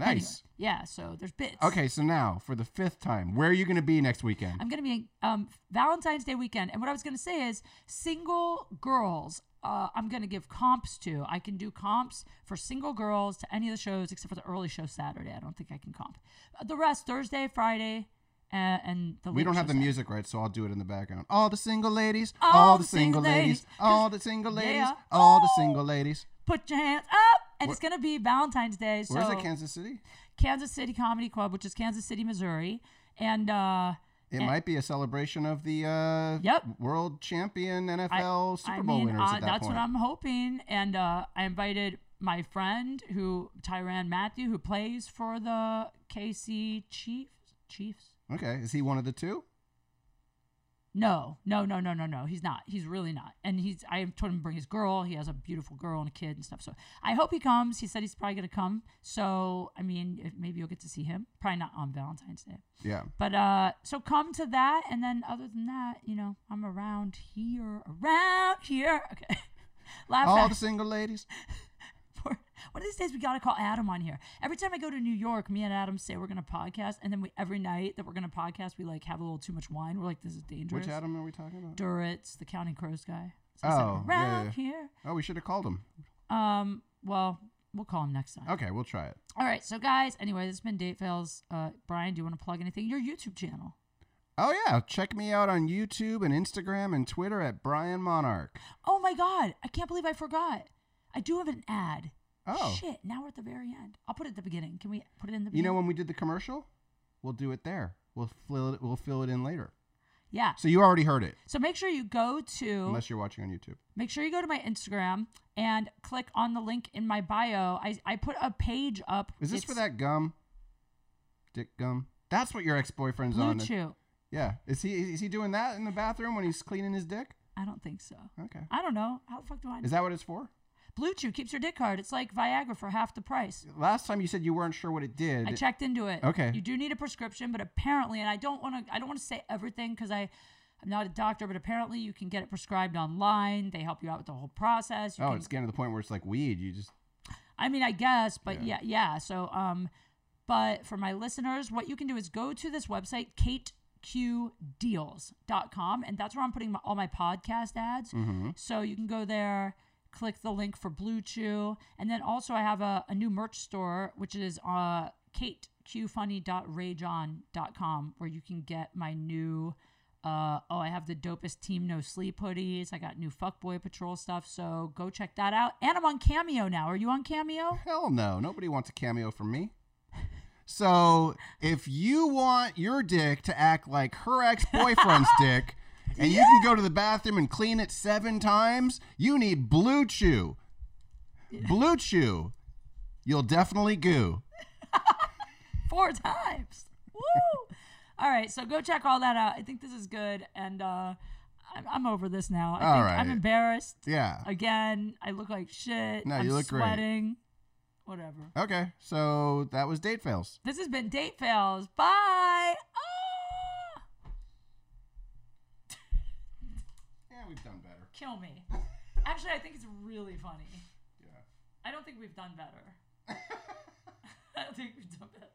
Anyway,
Nice.
yeah. So there's bits.
Okay, so now for the fifth time, where are you going to be next weekend?
I'm gonna be um, Valentine's Day weekend, and what I was gonna say is single girls. Uh, I'm gonna give comps to. I can do comps for single girls to any of the shows except for the early show Saturday. I don't think I can comp. Uh, the rest Thursday, Friday, uh, and the
we
late
don't
show
have the
Saturday.
music right, so I'll do it in the background. All the single ladies, all, the single ladies,
'Cause-
all the single ladies,
yeah.
all the
Oh.
single ladies.
Put your hands up, and it's gonna be Valentine's Day. So
Where's it, Kansas City?
Kansas City Comedy Club, which is Kansas City, Missouri, and uh,
It might be a celebration of the uh,
Yep.
world champion NFL Super Bowl winners
uh,
at that
that's
point.
what I'm hoping. And uh, I invited my friend who Tyran Matthew, who plays for the KC Chiefs. Chiefs?
okay, is he one of the two?
No, no, no, no, no, no. He's not. He's really not. And he's. I told him to bring his girl. He has a beautiful girl and a kid and stuff. So I hope he comes. He said he's probably gonna come. So I mean, if, maybe you'll get to see him. Probably not on Valentine's Day.
Yeah.
But uh, so come to that, and then other than that, you know, I'm around here, around here. Okay. Laugh
All
at-
the single ladies.
for one of these days we gotta call Adam on here. Every time I go to New York, me and Adam say we're gonna podcast, and then we every night that we're gonna podcast, we like have a little too much wine. We're like, this is dangerous.
Which Adam are we talking about?
Duritz, the Counting Crows guy. So I said,
Oh, yeah,
around
yeah.
here.
Oh, we should have called him.
Um, well, we'll call him next time.
Okay, we'll try it.
All right, so guys, anyway, this has been Date Fails. Uh, Brian, do you want to plug anything? Your YouTube channel.
Oh yeah, check me out on YouTube and Instagram and Twitter at Brian Monarch.
Oh my God, I can't believe I forgot. I do have an ad.
Oh,
Shit, now we're at the very end. I'll put it at the beginning. Can we put it in the
you
beginning?
know when we did the commercial, we'll do it there. We'll fill it. We'll fill it in later.
Yeah.
So you already heard it,
So make sure you go to.
unless you're watching on YouTube.
make sure you go to my Instagram and click on the link in my bio. I, I put a page up.
Is this for
It's
that gum? Dick gum. That's what your ex-boyfriend's
Blue
on.
Chew?
Yeah. Is he is he doing that in the bathroom when he's cleaning his dick?
I don't think so.
Okay.
I don't know. How the fuck do I know?
Is that what it's for?
Blue Chew keeps your dick hard. It's like Viagra for half the price.
Last time you said you weren't sure what it did.
I checked into it.
Okay.
You do need a prescription, but apparently, and I don't want to. I don't want to say everything because I. I'm not a doctor, but apparently you can get it prescribed online. They help you out with the whole process. You
oh,
can
it's getting to the point where it's like weed. You just
I mean, I guess, but yeah. yeah, So, um, but for my listeners, what you can do is go to this website, Kate qdeals.com. And that's where I'm putting my, all my podcast ads. So you can go there, click the link for Blue Chew. And then also, I have a, a new merch store, which is uh, kateqfunny.rageon.com, where you can get my new. Uh, oh, I have the dopest Team No Sleep hoodies. I got new Fuckboy Patrol stuff. So go check that out. And I'm on Cameo now. Are you on Cameo?
Hell no. Nobody wants a cameo from me. So if you want your dick to act like her ex boyfriend's dick, and you can go to the bathroom and clean it seven times, you need Blue Chew. Blue Chew. You'll definitely goo.
four times. Woo! all right, so go check all that out. I think this is good, and uh, I'm, I'm over this now. I
All
think
right.
I'm embarrassed
Yeah.
again. I look like shit.
No,
I'm
you look great.
sweating. Whatever.
Okay. So that was date fails.
This has been date fails. Bye. Ah!
Yeah, we've done better.
Kill me. Actually, I think it's really funny.
Yeah.
I don't think we've done better. I don't think we've done better.